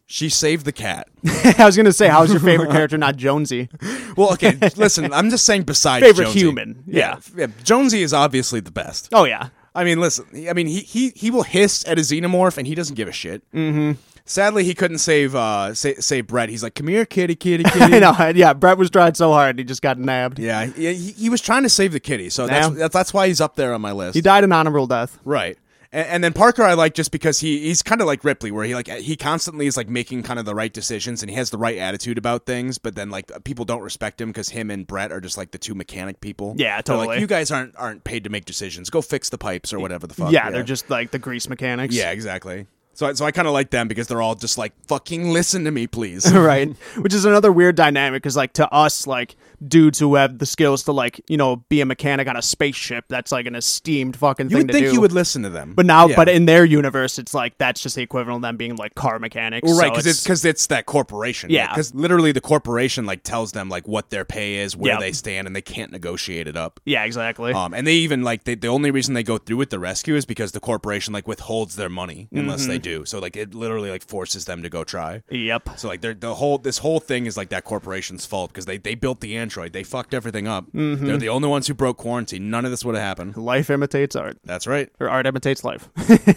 Speaker 1: she saved the cat.
Speaker 2: I was gonna say, how's your favorite character not Jonesy?
Speaker 1: Well, okay, listen, I'm just saying. Besides
Speaker 2: Favorite
Speaker 1: Jonesy.
Speaker 2: human, yeah.
Speaker 1: yeah, Jonesy is obviously the best.
Speaker 2: Oh yeah,
Speaker 1: I mean, listen. he- I mean, he he he will hiss at a xenomorph, and he doesn't give a shit. Mm-hmm. Sadly, he couldn't save uh sa- save Brett. He's like, "Come here, kitty, kitty, kitty."
Speaker 2: I know. Yeah, Brett was trying so hard, he just got nabbed.
Speaker 1: Yeah, he, he he was trying to save the kitty, so that's,
Speaker 2: Yeah.
Speaker 1: that's that's why he's up there on my list.
Speaker 2: He died an honorable death.
Speaker 1: Right. And, and then Parker, I like just because he he's kind of like Ripley, where he like he constantly is like making kind of the right decisions and he has the right attitude about things, but then like people don't respect him because him and Brett are just like the two mechanic people.
Speaker 2: Yeah,
Speaker 1: They're like,
Speaker 2: totally.
Speaker 1: you guys aren't aren't paid to make decisions. Go fix the pipes or whatever the fuck.
Speaker 2: yeah, they're just like the grease mechanics.
Speaker 1: yeah, exactly. So I- so I kind of like them because they're all just like fucking listen to me, please.
Speaker 2: right which is another weird dynamic because like to us like dudes who have the skills to like you know be a mechanic on a spaceship that's like an esteemed fucking
Speaker 1: you
Speaker 2: thing
Speaker 1: would
Speaker 2: to
Speaker 1: think
Speaker 2: do
Speaker 1: you would listen to them,
Speaker 2: but now
Speaker 1: Yeah.
Speaker 2: but in their universe it's like that's just the equivalent of them being like car mechanics
Speaker 1: Well, right,
Speaker 2: so
Speaker 1: because it's because it's that corporation.
Speaker 2: Yeah.
Speaker 1: because literally the corporation like tells them like what their pay is, where
Speaker 2: Yep.
Speaker 1: they stand, and they can't negotiate it up.
Speaker 2: yeah exactly
Speaker 1: Um, and they even like they, the only reason they go through with the rescue is because the corporation like withholds their money unless
Speaker 2: Mm-hmm.
Speaker 1: they do. So like it literally like forces them to go try.
Speaker 2: yep
Speaker 1: So like they're, the whole this whole thing is like that corporation's fault because they they built the android. They fucked everything up.
Speaker 2: Mm-hmm.
Speaker 1: They're the only ones who broke quarantine. None of this would have happened.
Speaker 2: life imitates art
Speaker 1: That's right.
Speaker 2: or art imitates life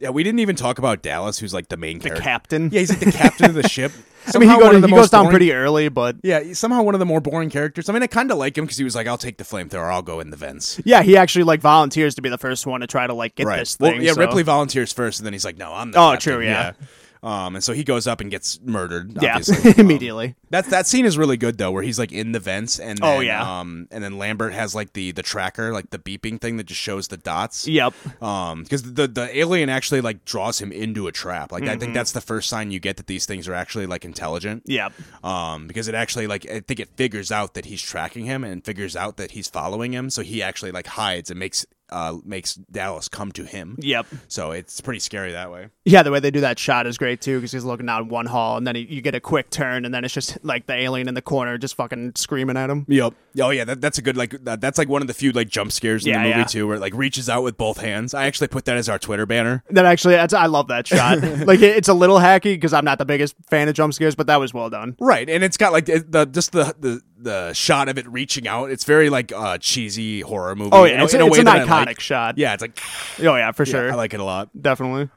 Speaker 1: Yeah, we didn't even talk about Dallas, who's like the main character.
Speaker 2: captain
Speaker 1: Yeah, he's like the captain of the ship.
Speaker 2: i mean he,
Speaker 1: Somehow
Speaker 2: go
Speaker 1: one
Speaker 2: to,
Speaker 1: of the
Speaker 2: he
Speaker 1: most
Speaker 2: goes down
Speaker 1: boring-
Speaker 2: pretty early but
Speaker 1: Yeah, he's somehow one of the more boring characters. I mean, I kind of like him because he was like, "I'll take the flamethrower. I'll go in the vents."
Speaker 2: yeah he actually like volunteers to be the first one to try to like get this thing
Speaker 1: Well, yeah,
Speaker 2: so-
Speaker 1: Ripley volunteers first, and then he's like, "No, I'm the."
Speaker 2: Oh,
Speaker 1: captain."
Speaker 2: true, yeah.
Speaker 1: Yeah. Um, and so he goes up and gets murdered.
Speaker 2: yeah
Speaker 1: obviously. Um,
Speaker 2: immediately
Speaker 1: that that scene is really good though, where he's like in the vents, and
Speaker 2: Oh,
Speaker 1: then,
Speaker 2: yeah.
Speaker 1: um, and then Lambert has like the the tracker, like the beeping thing that just shows the dots.
Speaker 2: yep
Speaker 1: Um, because the the alien actually like draws him into a trap. Like I
Speaker 2: Mm-hmm.
Speaker 1: think that's the first sign you get that these things are actually like intelligent.
Speaker 2: yep
Speaker 1: Um, because it actually like I think it figures out that he's tracking him and figures out that he's following him, so he actually like hides and makes uh, makes Dallas come to him.
Speaker 2: Yep.
Speaker 1: So it's pretty scary that way.
Speaker 2: Yeah, the way they do that shot is great too, because he's looking down one hall, and then he, you get a quick turn, and then it's just like the alien in the corner just fucking screaming at him.
Speaker 1: Yep. Oh yeah, that, that's a good like that, that's like one of the few like jump scares in
Speaker 2: Yeah,
Speaker 1: the movie
Speaker 2: yeah.
Speaker 1: too, where it like reaches out with both hands. I actually put that as our Twitter banner.
Speaker 2: That actually, that's, I love that shot. like it, it's a little hacky because I'm not the biggest fan of jump scares, but that was well done.
Speaker 1: Right, and it's got like it- the just the the, the shot of it reaching out. It's very like uh, cheesy horror movie.
Speaker 2: Oh
Speaker 1: in
Speaker 2: yeah,
Speaker 1: a-
Speaker 2: it's,
Speaker 1: in a
Speaker 2: it's
Speaker 1: way
Speaker 2: an
Speaker 1: that I
Speaker 2: iconic
Speaker 1: like.
Speaker 2: shot.
Speaker 1: Yeah, it's like
Speaker 2: Oh yeah, for
Speaker 1: yeah,
Speaker 2: sure,
Speaker 1: I like it Uh, a lot.
Speaker 2: definitely.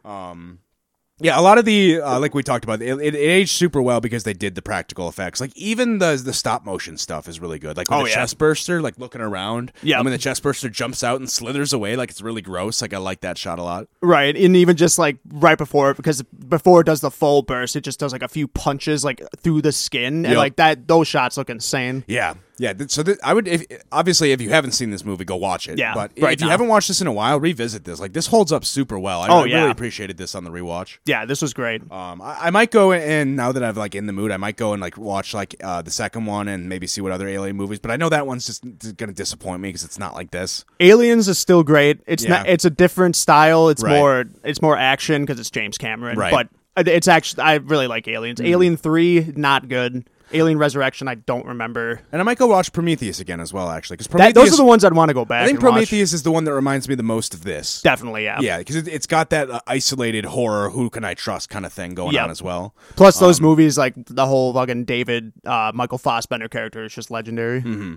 Speaker 1: Yeah, a lot of the uh, like we talked about, it, it, it aged super well because they did the practical effects. Like even the the stop motion stuff is really good. Like when
Speaker 2: Oh,
Speaker 1: the
Speaker 2: yeah.
Speaker 1: chest burster, like looking around.
Speaker 2: Yeah.
Speaker 1: and when the chest burster jumps out and slithers away, like it's really gross. Like I like that shot a lot.
Speaker 2: Right, and even just like right before, because before it does the full burst, it just does like a few punches like through the skin, and
Speaker 1: Yep.
Speaker 2: like that. Those shots look insane.
Speaker 1: Yeah, yeah. th- So th- I would if, obviously if you haven't seen this movie, go watch it.
Speaker 2: Yeah,
Speaker 1: but
Speaker 2: right
Speaker 1: if you
Speaker 2: now.
Speaker 1: haven't watched this in a while, revisit this. Like this holds up super well. I,
Speaker 2: Oh,
Speaker 1: I
Speaker 2: yeah.
Speaker 1: really appreciated this on the rewatch.
Speaker 2: Yeah, this was great.
Speaker 1: Um, I, I might go and now that I've like in the mood, I might go and like watch like uh, the second one and maybe see what other alien movies. But I know that one's just d- gonna disappoint me because it's not like this.
Speaker 2: Aliens is still great. It's
Speaker 1: Yeah.
Speaker 2: not. It's a different style. It's
Speaker 1: Right.
Speaker 2: more. It's more action because it's James Cameron.
Speaker 1: Right. Mm.
Speaker 2: But it- it's actually. I really like Aliens. Alien Three, not good. Alien Resurrection, I don't remember.
Speaker 1: And I might go watch Prometheus again as well. Actually, because
Speaker 2: That,
Speaker 1: Prometheus,
Speaker 2: those are the ones I'd want to go back.
Speaker 1: I think
Speaker 2: and watch.
Speaker 1: Prometheus is the one that reminds me the most of this.
Speaker 2: Definitely, yeah.
Speaker 1: yeah, because it, it's got that uh, isolated horror, who can I trust kind of thing going
Speaker 2: Yep.
Speaker 1: on as well.
Speaker 2: Plus, those
Speaker 1: Um,
Speaker 2: movies, like the whole fucking David uh, Michael Fassbender character, is just legendary.
Speaker 1: Mm-hmm.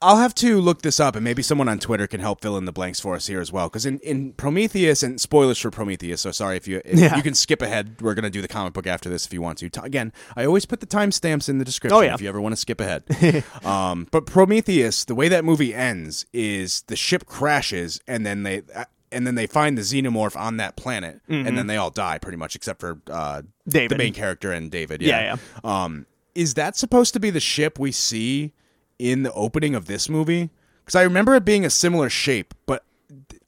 Speaker 1: I'll have to look this up, and maybe someone on Twitter can help fill in the blanks for us here as well. Because in, in Prometheus, and spoilers for Prometheus, so sorry if you if
Speaker 2: Yeah.
Speaker 1: you can skip ahead. We're gonna do the comic book after this if you want to. Ta- Again, I always put the timestamps in the description
Speaker 2: Oh, yeah.
Speaker 1: if you ever want to skip ahead. um, but Prometheus, the way that movie ends is the ship crashes, and then they. Uh, and then they find the xenomorph on that planet,
Speaker 2: Mm-hmm.
Speaker 1: and then they all die pretty much, except for uh,
Speaker 2: David.
Speaker 1: the main character, and David.
Speaker 2: Yeah,
Speaker 1: Yeah, Um, is that supposed to be the ship we see in the opening of this movie? Because I remember it being a similar shape, but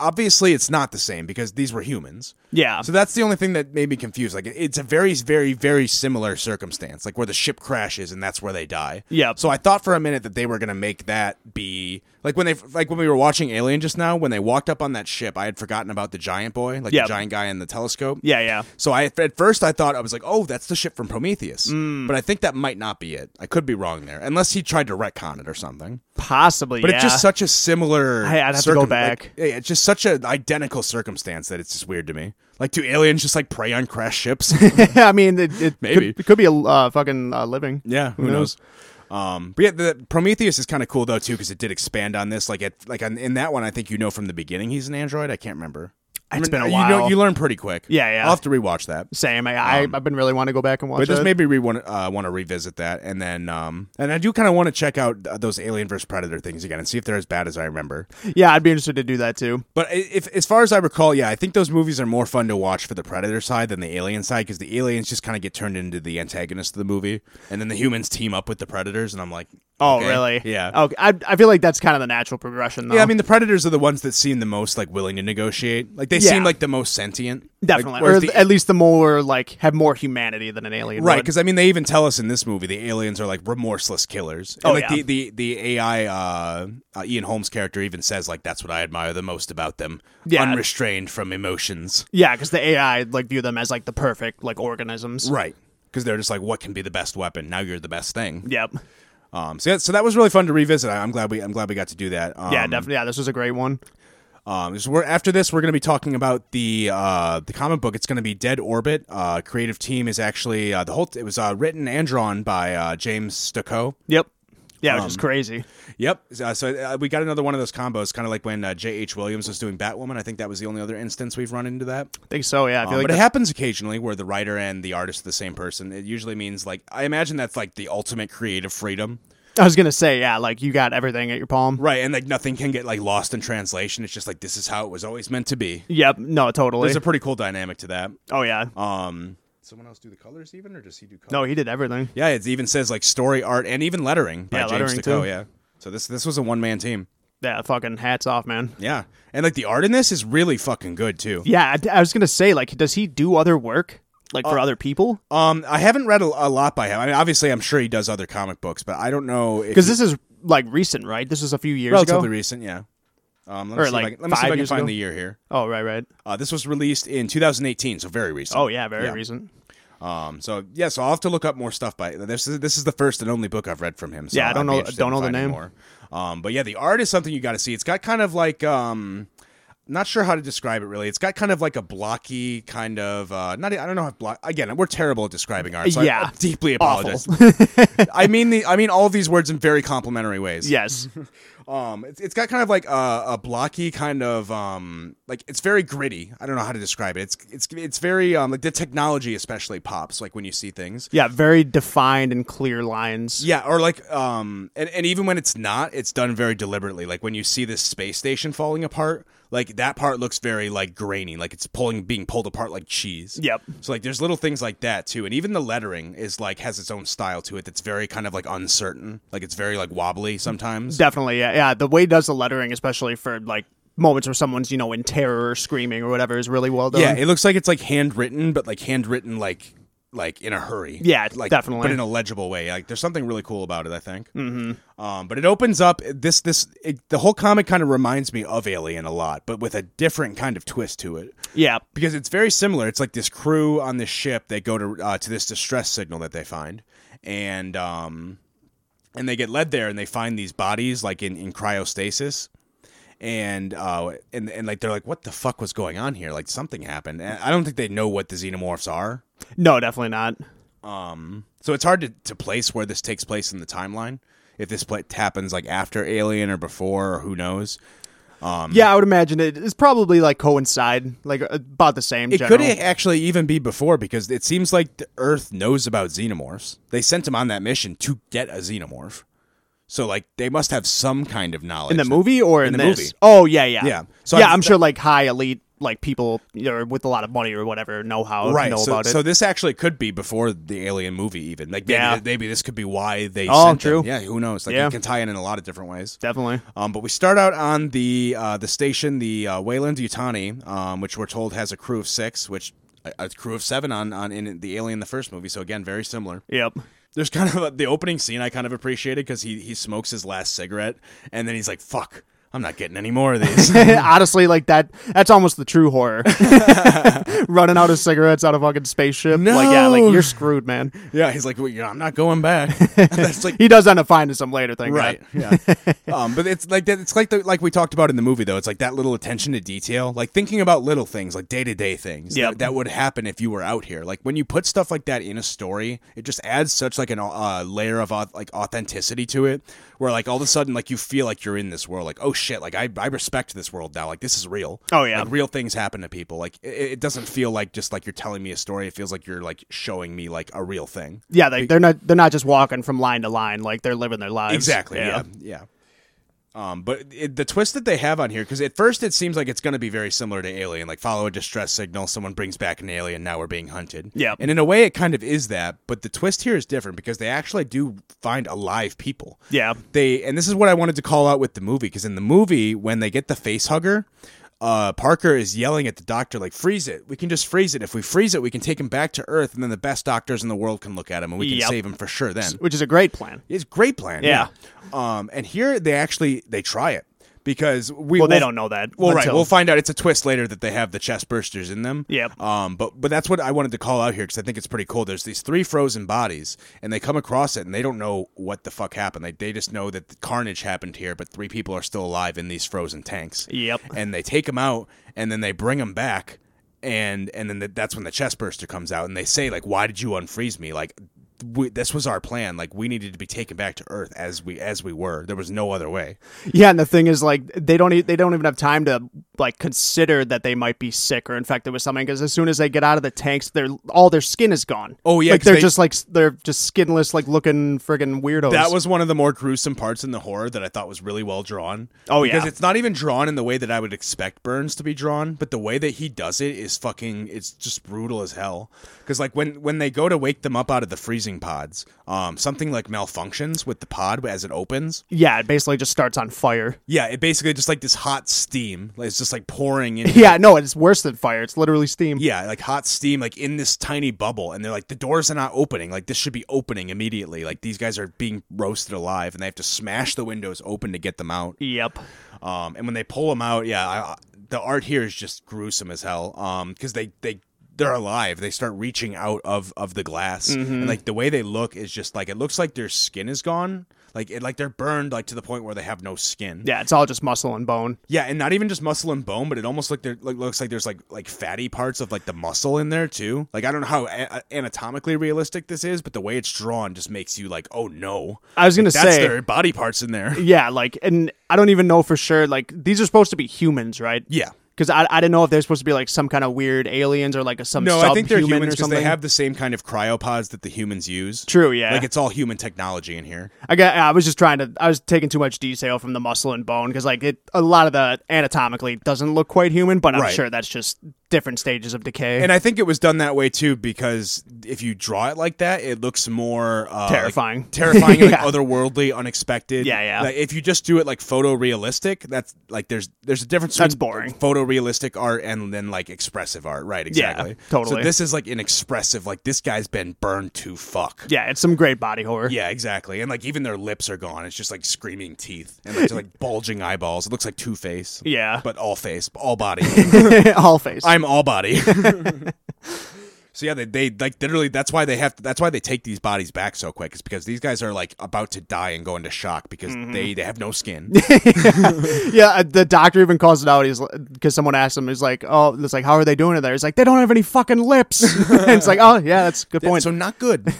Speaker 1: obviously it's not the same because these were humans.
Speaker 2: Yeah.
Speaker 1: So that's the only thing that made me confused. Like it's a very, very, very similar circumstance, like where the ship crashes and that's where they die.
Speaker 2: Yep.
Speaker 1: So I thought for a minute that they were gonna make that be like when they like when we were watching Alien just now, when they walked up on that ship, I had forgotten about the giant boy, like
Speaker 2: Yep.
Speaker 1: the giant guy in the telescope.
Speaker 2: yeah, yeah.
Speaker 1: So I at first I thought I was like, oh, that's the ship from Prometheus,
Speaker 2: Mm.
Speaker 1: but I think that might not be it. I could be wrong there, unless he tried to retcon it or something.
Speaker 2: Possibly,
Speaker 1: But
Speaker 2: yeah.
Speaker 1: it's just such a similar.
Speaker 2: Hey, I'd have to go
Speaker 1: circum-
Speaker 2: back.
Speaker 1: like, yeah, it's just such an identical circumstance that it's just weird to me. Like, do aliens just like prey on crashed ships?
Speaker 2: I mean, it, it
Speaker 1: Maybe.
Speaker 2: could, it could be a uh, fucking uh, living.
Speaker 1: yeah, who knows? Um, but yeah, the Prometheus is kind of cool though too because it did expand on this. Like, it, like on, in that one, I think you know from the beginning he's an android. I can't remember.
Speaker 2: It's been a
Speaker 1: You, know,
Speaker 2: while.
Speaker 1: you learn pretty quick.
Speaker 2: Yeah, yeah.
Speaker 1: I'll have to rewatch that.
Speaker 2: Same. I, I I've been really wanting to go back and watch
Speaker 1: Um, But this
Speaker 2: it.
Speaker 1: made me re- want to uh, want to revisit that, and then um, and I do kind of want to check out th- those Alien vs Predator things again and see if they're as bad as I remember.
Speaker 2: yeah, I'd be interested to do that too.
Speaker 1: But i- if as far as I recall, yeah, I think those movies are more fun to watch for the Predator side than the Alien side because the aliens just kind of get turned into the antagonist of the movie, and then the humans team up with the Predators, and I'm like,
Speaker 2: Oh,
Speaker 1: okay,
Speaker 2: really?
Speaker 1: Yeah.
Speaker 2: Okay. I, I feel like that's kind of the natural progression, though.
Speaker 1: Yeah, I mean the predators are the ones that seem the most like willing to negotiate. Like they
Speaker 2: Yeah.
Speaker 1: seem like the most sentient. Like,
Speaker 2: definitely,
Speaker 1: whereas
Speaker 2: or
Speaker 1: the
Speaker 2: at least the more like have more humanity than an alien.
Speaker 1: Right,
Speaker 2: would.
Speaker 1: because I mean, they even tell us in this movie the aliens are like remorseless killers. And,
Speaker 2: Oh,
Speaker 1: like
Speaker 2: yeah.
Speaker 1: the, the the AI uh, uh, Ian Holmes character even says like that's what I admire the most about them.
Speaker 2: Yeah.
Speaker 1: unrestrained from emotions.
Speaker 2: Yeah, because the AI like view them as like the perfect like organisms.
Speaker 1: Right, because they're just like, what can be the best weapon? Now you're the best thing.
Speaker 2: Yep.
Speaker 1: Um, so yeah, so that was really fun to revisit. I, I'm glad we I'm glad we got to do that. Um,
Speaker 2: Yeah, definitely. Yeah, this was a great one.
Speaker 1: Um, so we're after this, we're going to be talking about the uh, the comic book. It's going to be Dead Orbit. Uh, creative team is actually uh, the whole. It was uh, written and drawn by uh, James Stucco.
Speaker 2: Yep. Yeah, which is
Speaker 1: um,
Speaker 2: crazy.
Speaker 1: Yep. Uh, so uh, we got another one of those combos, kind of like when uh, J.H. Williams was doing Batwoman. I think that was the only other instance we've run into that.
Speaker 2: I think so. Yeah, I feel like
Speaker 1: um, but it
Speaker 2: that-
Speaker 1: happens occasionally where the writer and the artist are the same person. It usually means, like, I imagine that's like the ultimate creative freedom.
Speaker 2: I was gonna say yeah, like you got everything at your palm.
Speaker 1: Right. And like nothing can get like lost in translation. It's just like this is how it was always meant to be.
Speaker 2: Yep. No, totally.
Speaker 1: There's a pretty cool dynamic to that.
Speaker 2: oh yeah.
Speaker 1: Um, Someone else do the colors even, or does he do colors?
Speaker 2: no, he did everything.
Speaker 1: Yeah, it even says like story art and even lettering by
Speaker 2: Yeah,
Speaker 1: James
Speaker 2: lettering,
Speaker 1: Sticco,
Speaker 2: too.
Speaker 1: Yeah. So this this was a one man team.
Speaker 2: Yeah, fucking hats off, man.
Speaker 1: Yeah. And like the art in this is really fucking good too.
Speaker 2: Yeah, I, I was gonna say like, does he do other work like
Speaker 1: Uh,
Speaker 2: for other people?
Speaker 1: Um, I haven't read a, a lot by him. I mean, obviously, I'm sure he does other comic books, but I don't know if
Speaker 2: Because
Speaker 1: he-
Speaker 2: this is like recent, right? This is a few years
Speaker 1: relatively
Speaker 2: ago.
Speaker 1: recent. Yeah. Um, let
Speaker 2: Or
Speaker 1: me see
Speaker 2: like
Speaker 1: if I can, let me see if
Speaker 2: five
Speaker 1: I can
Speaker 2: years
Speaker 1: find
Speaker 2: ago?
Speaker 1: the year here.
Speaker 2: Oh, right, right.
Speaker 1: Uh, this was released in 2018, so very recent.
Speaker 2: Oh, yeah, very
Speaker 1: Yeah.
Speaker 2: recent.
Speaker 1: Um, so yeah, so I'll have to look up more stuff by this is this is the first and only book I've read from him. So
Speaker 2: Yeah, I don't
Speaker 1: I'd be
Speaker 2: know-
Speaker 1: interested
Speaker 2: don't
Speaker 1: in
Speaker 2: know the
Speaker 1: finding
Speaker 2: name.
Speaker 1: More. Um, but yeah, the art is something you got to see. It's got kind of like um, not sure how to describe it really. It's got kind of like a blocky kind of uh, not I don't know if block again. We're terrible at describing art. So I-
Speaker 2: Yeah.
Speaker 1: I, deeply
Speaker 2: Awful.
Speaker 1: apologize. I mean the I mean all of these words in very complimentary ways.
Speaker 2: yes.
Speaker 1: Um, it's, it's got kind of like a, a blocky kind of um, like it's very gritty. I don't know how to describe it. It's it's it's very um, like the technology especially pops like when you see things.
Speaker 2: Yeah, very defined and clear lines.
Speaker 1: Yeah, or like um, and, and even when it's not, it's done very deliberately. Like when you see this space station falling apart, like that part looks very like grainy, like it's pulling being pulled apart like cheese.
Speaker 2: Yep.
Speaker 1: So like there's little things like that too, and even the lettering is like has its own style to it that's very kind of like uncertain. Like it's very like wobbly sometimes.
Speaker 2: Definitely, yeah, yeah. The way he does the lettering, especially for like moments where someone's you know in terror or screaming or whatever, is really well done.
Speaker 1: Yeah, it looks like it's like handwritten, but like handwritten like like in a hurry.
Speaker 2: Yeah,
Speaker 1: like
Speaker 2: definitely.
Speaker 1: but in a legible way. Like there's something really cool about it. I think. Mm-hmm. Um, but it opens up this this it, the whole comic kind of reminds me of Alien a lot, but with a different kind of twist to it
Speaker 2: yeah,
Speaker 1: because it's very similar. It's like this crew on this ship they go to uh, to this distress signal that they find, and um, and they get led there and they find these bodies like in, in cryostasis. And uh, and and like they're like, what the fuck was going on here? Like something happened. And I don't think they know what the xenomorphs are,
Speaker 2: no, definitely not.
Speaker 1: so it's hard to, to place where this takes place in the timeline. If this pla- happens like after Alien or before, or who knows? Um,
Speaker 2: yeah, I would imagine it is probably like coincide, like uh, about the same.
Speaker 1: It
Speaker 2: general.
Speaker 1: could actually even be before because it seems like the Earth knows about xenomorphs. They sent him on that mission to get a xenomorph. So like they must have some kind of knowledge.
Speaker 2: in the
Speaker 1: that-
Speaker 2: movie or in,
Speaker 1: in the
Speaker 2: this?
Speaker 1: movie.
Speaker 2: Oh yeah, yeah,
Speaker 1: Yeah.
Speaker 2: So
Speaker 1: So
Speaker 2: yeah,
Speaker 1: I-
Speaker 2: I'm sure like high elite like people you know, with a lot of money or whatever know how
Speaker 1: Right.
Speaker 2: know
Speaker 1: so,
Speaker 2: about it.
Speaker 1: so this actually could be before the alien movie even. Like maybe,
Speaker 2: Yeah.
Speaker 1: maybe this could be why they
Speaker 2: Oh,
Speaker 1: sent
Speaker 2: true.
Speaker 1: him. Yeah, who knows? Like
Speaker 2: Yeah.
Speaker 1: it can tie in in a lot of different ways.
Speaker 2: definitely.
Speaker 1: Um, but we start out on the uh, the station, the uh, Wayland Yutani, um, which we're told has a crew of six, which a, a crew of seven on on in the Alien the first movie. So again, very similar.
Speaker 2: Yep.
Speaker 1: There's kind of a, the opening scene I kind of appreciated because he he smokes his last cigarette and then he's like, "Fuck, I'm not getting any more of these."
Speaker 2: Honestly, like that that's almost the true horror. Running out of cigarettes out of fucking spaceship. Like yeah,
Speaker 1: No.
Speaker 2: like you're screwed, man.
Speaker 1: yeah, he's like, well, you know, "I'm not going back." That's like
Speaker 2: He does end up finding some later, thank
Speaker 1: right,
Speaker 2: God.
Speaker 1: yeah. um, but it's like that. It's like the like we talked about in the movie though. It's like that little attention to detail, like thinking about little things, like day to day things.
Speaker 2: Yep.
Speaker 1: that, that would happen if you were out here. Like when you put stuff like that in a story, it just adds such like an uh, layer of au- like authenticity to it, where like all of a sudden like you feel like you're in this world. Like oh shit, like I I respect this world now. Like this is real.
Speaker 2: Oh, yeah.
Speaker 1: Like, real things happen to people. Like it, it doesn't feel like just like you're telling me a story. It feels like you're like showing me like a real thing.
Speaker 2: Yeah, like they're not they're not just walking from line to line, like they're living their lives.
Speaker 1: Exactly. Yeah. Yeah. Um, but it, the twist that they have on here, because at first it seems like it's going to be very similar to Alien, like follow a distress signal, someone brings back an alien, now we're being hunted.
Speaker 2: Yeah.
Speaker 1: And in a way, it kind of is that, but the twist here is different because they actually do find alive people.
Speaker 2: Yeah.
Speaker 1: They and this is what I wanted to call out with the movie because in the movie when they get the face hugger, uh, Parker is yelling at the doctor like freeze it. We can just freeze it. If we freeze it, we can take him back to Earth, and then the best doctors in the world can look at him and we can
Speaker 2: Yep.
Speaker 1: save him for sure. Then
Speaker 2: Which is a great plan.
Speaker 1: it's a great plan.
Speaker 2: Yeah.
Speaker 1: Um, and here they actually they try it because we
Speaker 2: Well, they
Speaker 1: we'll-
Speaker 2: don't know that.
Speaker 1: Well, right.
Speaker 2: until-
Speaker 1: We'll find out. It's a twist later that they have the chest bursters in them.
Speaker 2: Yep.
Speaker 1: Um, but but that's what I wanted to call out here because I think it's pretty cool. There's these three frozen bodies, and they come across it, and they don't know what the fuck happened. They they just know that the carnage happened here, but three people are still alive in these frozen tanks.
Speaker 2: Yep.
Speaker 1: And they take them out, and then they bring them back, and and then th- that's when the chest burster comes out, and they say like, "Why did you unfreeze me?" Like. We, this was our plan. Like we needed to be taken back to Earth as we as we were. There was no other way.
Speaker 2: Yeah, and the thing is, like, they don't e- they don't even have time to like consider that they might be sick or infected with something because as soon as they get out of the tanks, their all their skin is gone.
Speaker 1: Oh, yeah,
Speaker 2: like
Speaker 1: 'cause
Speaker 2: they're
Speaker 1: they-
Speaker 2: just like s- they're just skinless, like looking friggin' weirdos.
Speaker 1: That was one of the more gruesome parts in the horror that I thought was really well drawn.
Speaker 2: Oh,
Speaker 1: because
Speaker 2: yeah.
Speaker 1: it's not even drawn in the way that I would expect Burns to be drawn, but the way that he does it is fucking. It's just brutal as hell. Because like when when they go to wake them up out of the freezing cruising pods. Um, something like malfunctions with the pod as it opens.
Speaker 2: Yeah, it basically just starts on fire.
Speaker 1: Yeah, it basically just like this hot steam. Like, it's just like pouring in.
Speaker 2: Yeah, no, it's worse than fire. It's literally steam.
Speaker 1: Yeah, like hot steam, like in this tiny bubble, and they're like, the doors are not opening. Like this should be opening immediately. Like these guys are being roasted alive, and they have to smash the windows open to get them out.
Speaker 2: Yep.
Speaker 1: Um, and when they pull them out, yeah, I, I- the art here is just gruesome as hell. Um, because they they they're alive. They start reaching out of of the glass,
Speaker 2: Mm-hmm.
Speaker 1: and like the way they look is just like it looks like their skin is gone. Like it, like they're burned like to the point where they have no skin.
Speaker 2: Yeah, it's all just muscle and bone.
Speaker 1: Yeah, and not even just muscle and bone, but it almost like there like, looks like there's like like fatty parts of like the muscle in there too. Like I don't know how a- anatomically realistic this is, but the way it's drawn just makes you like, oh no,
Speaker 2: I was gonna
Speaker 1: that's
Speaker 2: say,
Speaker 1: their body parts in there.
Speaker 2: yeah, like, and I don't even know for sure. Like, these are supposed to be humans, right?
Speaker 1: yeah.
Speaker 2: Because I, I didn't know if they're supposed to be like some kind of weird aliens or like a, some
Speaker 1: No, I think they're humans
Speaker 2: subhuman or
Speaker 1: because
Speaker 2: something.
Speaker 1: they have the same kind of cryopods that the humans use.
Speaker 2: True, yeah.
Speaker 1: Like it's all human technology in here.
Speaker 2: I got. I was just trying to. I was taking too much detail from the muscle and bone because, like, it a lot of the anatomically doesn't look quite human, but I'm
Speaker 1: Right.
Speaker 2: sure that's just different stages of decay.
Speaker 1: And uh, I think it was done that way too because if you draw it like that, it looks more uh, like-
Speaker 2: Terrifying.
Speaker 1: terrifying,
Speaker 2: Yeah.
Speaker 1: like otherworldly, unexpected.
Speaker 2: Yeah, yeah.
Speaker 1: Like, if you just do it like photorealistic, that's like there's there's a difference.
Speaker 2: That's
Speaker 1: between
Speaker 2: boring.
Speaker 1: Photorealistic art and then like expressive art, right? Exactly. So
Speaker 2: totally.
Speaker 1: this is like an expressive. Like this guy's been burned to fuck.
Speaker 2: yeah, it's some great body horror.
Speaker 1: Yeah, exactly. And like even their lips are gone. It's just like screaming teeth and like, just, like bulging eyeballs. It looks like Two Face.
Speaker 2: Yeah.
Speaker 1: But all face, all body.
Speaker 2: all face.
Speaker 1: I'm all body. so yeah, they, they like literally. That's why they have. that's why they take these bodies back so quick. Is because these guys are like about to die and go into shock because they they have no skin.
Speaker 2: yeah, uh, the doctor even calls it out. He's because someone asked him. He's like, "Oh, it's like how are they doing it there?" He's like, "They don't have any fucking lips." it's like, "Oh yeah, that's a good point."
Speaker 1: So not good.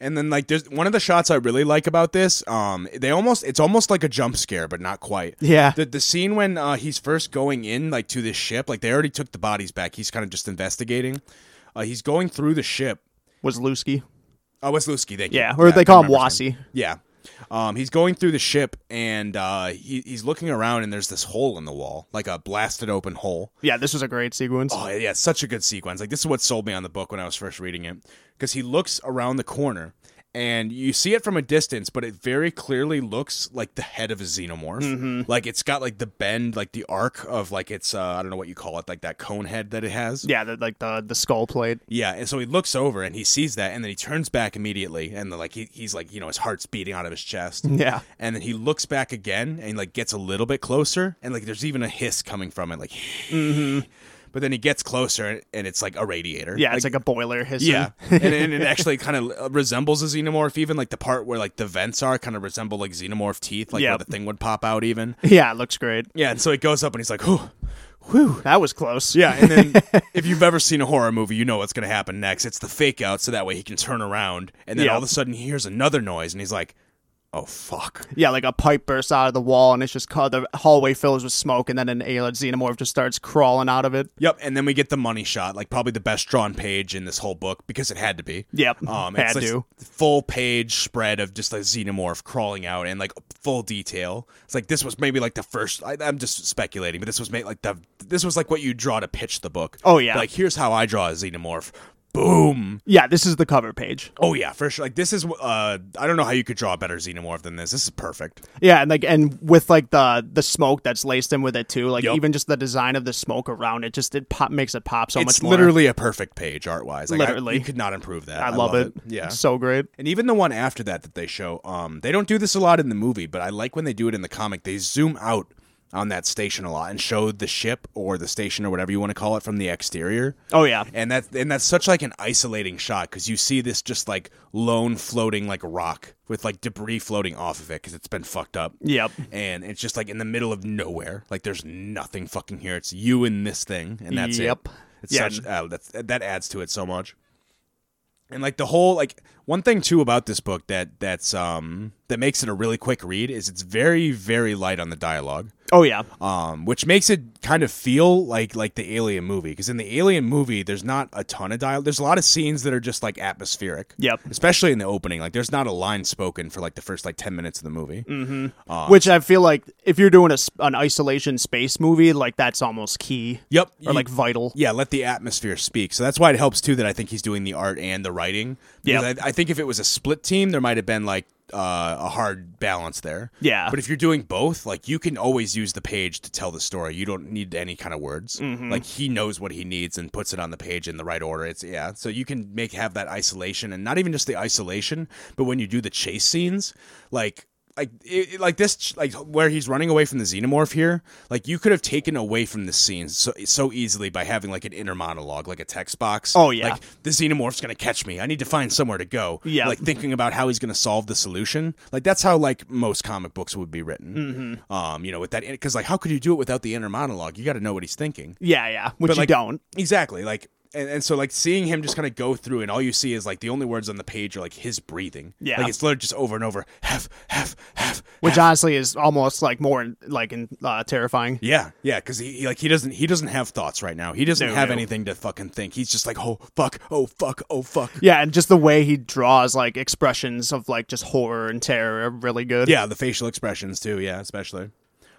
Speaker 1: and then like there's one of the shots I really like about this. Um, they almost it's almost like a jump scare, but not quite.
Speaker 2: Yeah.
Speaker 1: The the scene when uh, he's first going in like to this ship, like they already took the bodies back. He's kind of just investigating. Uh, he's going through the ship.
Speaker 2: Was Lusky?
Speaker 1: Oh, Wesluski, thank you.
Speaker 2: Yeah, or they call him
Speaker 1: I remember his
Speaker 2: Wassy.
Speaker 1: name. Yeah. Um, he's going through the ship and uh, he, he's looking around and there's this hole in the wall, like a blasted open hole.
Speaker 2: Yeah, this was a great sequence.
Speaker 1: Oh yeah, it's such a good sequence. Like this is what sold me on the book when I was first reading it because he looks around the corner and you see it from a distance, but it very clearly looks like the head of a xenomorph. Like it's got like the bend, like the arc of like it's uh, I don't know what you call it, like that cone head that it has.
Speaker 2: Yeah, the, like the the skull plate.
Speaker 1: Yeah, and so he looks over and he sees that, and then he turns back immediately, and like he, he's like, you know, his heart's beating out of his chest.
Speaker 2: Yeah.
Speaker 1: and then he looks back again and like gets a little bit closer, and like there's even a hiss coming from it, like. But then he gets closer, and- and it's like a radiator.
Speaker 2: Mm-hmm. Yeah, it's like a boiler hissing.
Speaker 1: yeah, and, and it actually kind of resembles a xenomorph. Even like the part where like the vents are kind of resemble like xenomorph teeth, like
Speaker 2: Yeah.
Speaker 1: where the thing would pop out. Even
Speaker 2: yeah, it looks great.
Speaker 1: yeah, and so it goes up, and he's like, whew, whew.
Speaker 2: That was close.
Speaker 1: Yeah, and then if you've ever seen a horror movie, you know what's going to happen next. It's the fake out, so that way he can turn around, and then
Speaker 2: Yeah.
Speaker 1: all of a sudden he hears another noise, and he's like, "Oh fuck!"
Speaker 2: Yeah, like a pipe bursts out of the wall, and it's just called, the hallway fills with smoke, and then an alien xenomorph just starts crawling out of it.
Speaker 1: Yep, and then we get the money shot, like probably the best drawn page in this whole book because it had to be.
Speaker 2: Yep,
Speaker 1: um,
Speaker 2: had
Speaker 1: it's like
Speaker 2: to.
Speaker 1: full page spread of just a xenomorph crawling out and like full detail. It's like this was maybe like the first. I, I'm just speculating, but this was made like the this was like what you draw to pitch the book.
Speaker 2: Oh, yeah.
Speaker 1: like here's how I draw a xenomorph. Boom.
Speaker 2: Yeah, this is the cover page.
Speaker 1: Oh yeah, for sure. Like this is uh I don't know how you could draw a better xenomorph than this. This is perfect.
Speaker 2: Yeah, and like and with like the the smoke that's laced in with it too. Like
Speaker 1: Yep.
Speaker 2: even just the design of the smoke around it, just it pop makes it pop so
Speaker 1: it's
Speaker 2: much more.
Speaker 1: literally a perfect page art wise. Like, I-
Speaker 2: Literally.
Speaker 1: you could not improve that.
Speaker 2: I, love, it.
Speaker 1: Yeah.
Speaker 2: so great.
Speaker 1: And even the one after that that they show, um, they don't do this a lot in the movie, but I like when they do it in the comic. They zoom out on that station a lot and show the ship or the station or whatever you want to call it from the exterior.
Speaker 2: Oh yeah,
Speaker 1: and that and that's such like an isolating shot because you see this just like lone floating like rock with like debris floating off of it because it's been fucked up.
Speaker 2: Yep.
Speaker 1: And it's just like in the middle of nowhere. Like there's nothing fucking here. It's you and this thing, and that's
Speaker 2: Yep.
Speaker 1: it. It's
Speaker 2: Yeah.
Speaker 1: such uh, that's, that adds to it so much. And like the whole like one thing too about this book that that's um that makes it a really quick read is it's very very light on the dialogue.
Speaker 2: Oh yeah.
Speaker 1: um, which makes it kind of feel like like the Alien movie. Because in the Alien movie, there's not a ton of dialogue. There's a lot of scenes that are just like atmospheric.
Speaker 2: Yep.
Speaker 1: Especially in the opening, like there's not a line spoken for like the first like ten minutes of the movie. Mm-hmm. Um,
Speaker 2: Which I feel like if you're doing a, s- an isolation space movie, like that's almost key
Speaker 1: yep.
Speaker 2: or
Speaker 1: you-
Speaker 2: like vital.
Speaker 1: yeah, let the atmosphere speak. So that's why it helps too that I think he's doing the art and the writing. Because
Speaker 2: Yep.
Speaker 1: I, I think if it was a split team, there might have been like uh, a hard balance there.
Speaker 2: Yeah.
Speaker 1: But if you're doing both, like you can always use the page to tell the story. You don't need any kind of words.
Speaker 2: Mm-hmm.
Speaker 1: Like he knows what he needs and puts it on the page in the right order. It's yeah. So you can make have that isolation and not even just the isolation, but when you do the chase scenes, like like it, it- like this ch- like where he's running away from the xenomorph here like you could have taken away from the scene so so easily by having like an inner monologue like a text box
Speaker 2: Oh, yeah.
Speaker 1: like the xenomorph's gonna catch me i need to find somewhere to go
Speaker 2: Yeah.
Speaker 1: like thinking about how he's gonna solve the solution like that's how like most comic books would be written
Speaker 2: Mm-hmm.
Speaker 1: um you know with that because like how could you do it without the inner monologue you gotta know what he's thinking
Speaker 2: Yeah, yeah. Which
Speaker 1: But,
Speaker 2: you
Speaker 1: like-
Speaker 2: don't.
Speaker 1: Exactly. Like and, and so like seeing him just kind of go through and all you see is like the only words on the page are like his breathing.
Speaker 2: Yeah.
Speaker 1: Like it's literally just over and over. Hef, hef, hef.
Speaker 2: Which honestly is almost like more like in, uh, terrifying.
Speaker 1: Yeah, yeah, because he, he, like he doesn't he doesn't have thoughts right now. He doesn't
Speaker 2: No,
Speaker 1: have
Speaker 2: no.
Speaker 1: anything to fucking think. He's just like, oh fuck, oh fuck, oh fuck.
Speaker 2: Yeah, and just the way he draws like expressions of like just horror and terror are really good.
Speaker 1: Yeah, the facial expressions too. Yeah, especially.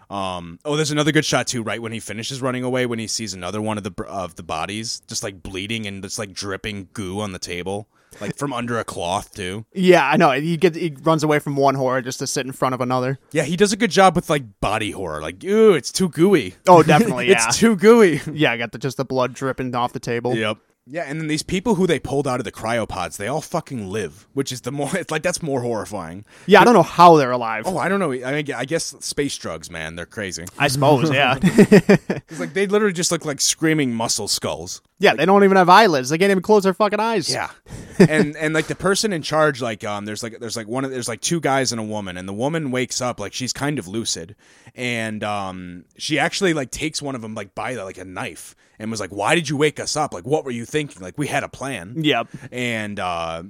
Speaker 1: Um, oh, there's another good shot too. Right when he finishes running away, when he sees another one of the br- of the bodies just like bleeding and just like dripping goo on the table, like from under a cloth too.
Speaker 2: Yeah, I know. He gets he runs away from one horror just to sit in front of another.
Speaker 1: Yeah, he does a good job with like body horror. Like, ooh, it's too gooey.
Speaker 2: Oh, definitely. yeah.
Speaker 1: It's too gooey.
Speaker 2: yeah, I got the, just the blood dripping off the table.
Speaker 1: yep. Yeah, and then these people who they pulled out of the cryopods, they all fucking live, which is the more it's like that's more horrifying.
Speaker 2: Yeah, I don't know how they're alive.
Speaker 1: Oh, I don't know. I mean, I guess space drugs, man, they're crazy.
Speaker 2: I suppose, yeah.
Speaker 1: It's like they literally just look like screaming muscle skulls.
Speaker 2: yeah, they don't even have eyelids. They can't even close their fucking eyes.
Speaker 1: Yeah. and and like the person in charge, like um, there's like there's like one of there's like two guys and a woman, and the woman wakes up like she's kind of lucid, and um, she actually like takes one of them like by the, like a knife and was like, "Why did you wake us up? Like, what were you thinking? Like, we had a plan."
Speaker 2: Yep.
Speaker 1: And uh,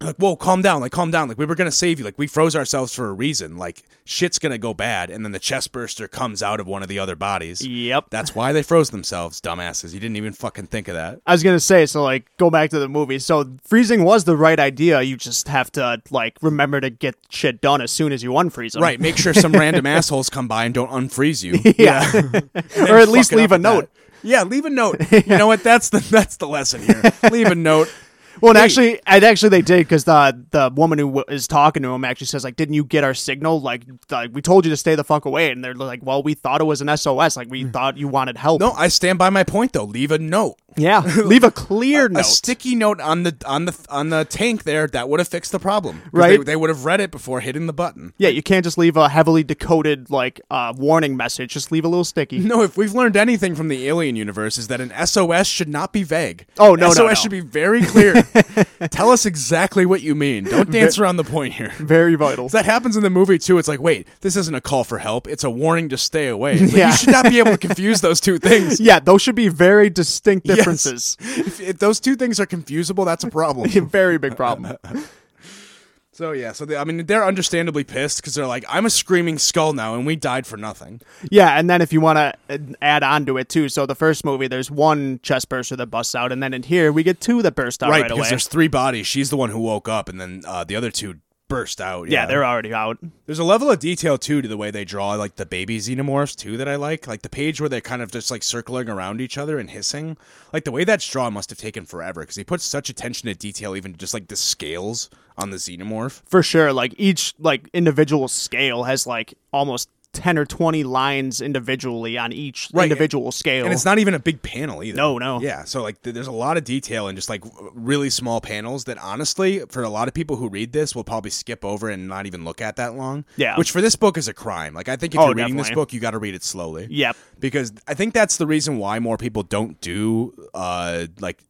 Speaker 1: like, whoa, calm down, like calm down, like we were gonna save you, like we froze ourselves for a reason, like shit's gonna go bad, and then the chest burster comes out of one of the other bodies.
Speaker 2: Yep.
Speaker 1: That's why they froze themselves, dumbasses. You didn't even fucking think of that.
Speaker 2: I was gonna say, so like go back to the movie. So freezing was the right idea. You just have to like remember to get shit done as soon as you unfreeze them.
Speaker 1: Right. Make sure some random assholes come by and don't unfreeze you.
Speaker 2: Yeah.
Speaker 1: And
Speaker 2: or at least
Speaker 1: fuck it
Speaker 2: leave
Speaker 1: up
Speaker 2: a
Speaker 1: with that.
Speaker 2: note.
Speaker 1: Yeah, leave a note. You know what? That's the that's the lesson here. Leave a note.
Speaker 2: Well, and
Speaker 1: Wait.
Speaker 2: actually, and actually, they did because the the woman who w- is talking to him actually says like, "Didn't you get our signal? Like, like we told you to stay the fuck away." And they're like, "Well, we thought it was an SOS. Like, we thought you wanted help."
Speaker 1: Hmm. No, I stand by my point though. Leave a note.
Speaker 2: Yeah, leave a clear
Speaker 1: A
Speaker 2: note.
Speaker 1: sticky note on the on the on the tank there that would have fixed the problem. 'Cause
Speaker 2: Right.
Speaker 1: They, they would have read it before hitting the button.
Speaker 2: yeah, you can't just leave a heavily decoded like uh, warning message. Just leave a little sticky.
Speaker 1: No, if we've learned anything from the alien universe is that an SOS should not be vague.
Speaker 2: Oh, no, no,
Speaker 1: SOS
Speaker 2: no.
Speaker 1: should be very clear. Tell us exactly what you mean. Don't dance around the point here.
Speaker 2: Very vital.
Speaker 1: So that happens in the movie too. It's like, wait, this isn't a call for help. It's a warning to stay away. It's like,
Speaker 2: Yeah.
Speaker 1: You should not be able to confuse those two things.
Speaker 2: yeah, those should be very distinct differences.
Speaker 1: If, if those two things are confusable, that's a problem.
Speaker 2: very big problem.
Speaker 1: so yeah, so they, I mean, they're understandably pissed because they're like, I'm a screaming skull now, and we died for nothing.
Speaker 2: Yeah, and then if you want to add on to it too, so the first movie there's one chest burster that busts out, and then in here we get two that burst out right,
Speaker 1: because
Speaker 2: away.
Speaker 1: there's three bodies. She's the one who woke up, and then uh, the other two burst out.
Speaker 2: Yeah, they're already out.
Speaker 1: There's a level of detail too to the way they draw like the baby xenomorphs too that I like. Like the page where they're kind of just like circling around each other and hissing. Like the way that's drawn must have taken forever because he puts such attention to detail, even just like the scales on the xenomorph.
Speaker 2: For sure, like each like individual scale has like almost 10 or 20 lines individually on each
Speaker 1: Right,
Speaker 2: individual scale.
Speaker 1: And it's not even a big panel either.
Speaker 2: No, no.
Speaker 1: Yeah, so like th- there's a lot of detail in just like w- really small panels that honestly, for a lot of people who read this, will probably skip over and not even look at that long.
Speaker 2: Yeah.
Speaker 1: Which for this book is a crime. Like I think if
Speaker 2: Oh,
Speaker 1: you're reading this
Speaker 2: definitely.
Speaker 1: book, you got to read it slowly.
Speaker 2: Yep.
Speaker 1: because I think that's the reason why more people don't do uh like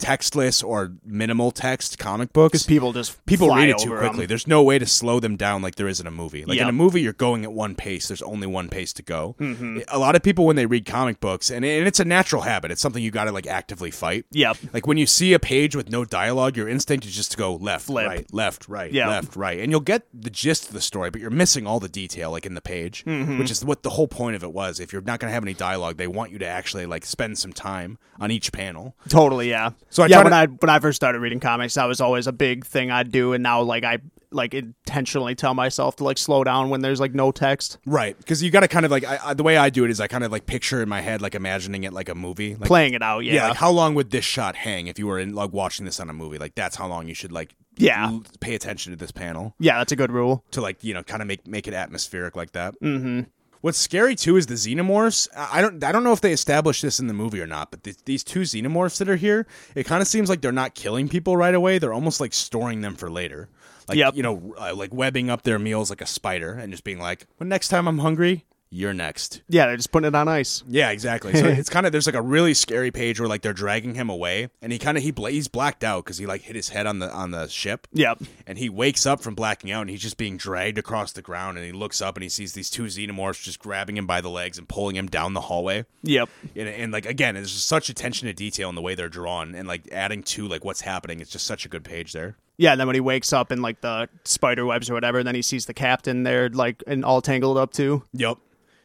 Speaker 1: textless or minimal text comic books.
Speaker 2: because people just
Speaker 1: People
Speaker 2: fly
Speaker 1: read it too
Speaker 2: over 'em.
Speaker 1: quickly. There's no way to slow them down like there is in a movie. Like in
Speaker 2: Yep.
Speaker 1: a movie, you're going at one pace. There's only one pace to go.
Speaker 2: Mm-hmm.
Speaker 1: A lot of people when they read comic books, and, and it's a natural habit. It's something you got to like actively fight.
Speaker 2: Yep.
Speaker 1: Like when you see a page with no dialogue, your instinct is just to go left,
Speaker 2: Flip.
Speaker 1: right, left, right,
Speaker 2: Yeah.
Speaker 1: left, right, and you'll get the gist of the story, but you're missing all the detail, like in the page,
Speaker 2: Mm-hmm.
Speaker 1: which is what the whole point of it was. If you're not going to have any dialogue, they want you to actually like spend some time on each panel.
Speaker 2: Totally, yeah.
Speaker 1: So I
Speaker 2: yeah,
Speaker 1: try
Speaker 2: when
Speaker 1: to-
Speaker 2: I when I first started reading comics, that was always a big thing I'd do, and now like I like intentionally tell myself to like slow down when there's like no text.
Speaker 1: Right, because you got to kind of like I, I, the way I do it is I kind of like picture in my head, like imagining it like a movie, like
Speaker 2: Playing it out, yeah.
Speaker 1: yeah, like how long would this shot hang if you were in like watching this on a movie? Like that's how long you should like
Speaker 2: Yeah.
Speaker 1: l- pay attention to this panel.
Speaker 2: Yeah, that's a good rule.
Speaker 1: to like you know kind of make make it atmospheric like that. Mm-hmm. What's scary too is the xenomorphs. I I don't I don't know if they established this in the movie or not, but th- these two xenomorphs that are here, it kind of seems like they're not killing people right away. They're almost like storing them for later. Like
Speaker 2: Yep.
Speaker 1: you know, uh, like webbing up their meals like a spider and just being like, "When next time I'm hungry, you're next."
Speaker 2: Yeah, they're just putting it on ice.
Speaker 1: Yeah, exactly. So it's kind of there's like a really scary page where like they're dragging him away, and he kind of he bla- he's blacked out because he like hit his head on the on the ship.
Speaker 2: Yep.
Speaker 1: And he wakes up from blacking out and he's just being dragged across the ground and he looks up and he sees these two xenomorphs just grabbing him by the legs and pulling him down the hallway.
Speaker 2: Yep.
Speaker 1: And, and like again, there's just such attention to detail in the way they're drawn and like adding to like what's happening. It's just such a good page there.
Speaker 2: Yeah, and then when he wakes up in like the spider webs or whatever, then he sees the captain there like and all tangled up too.
Speaker 1: Yep.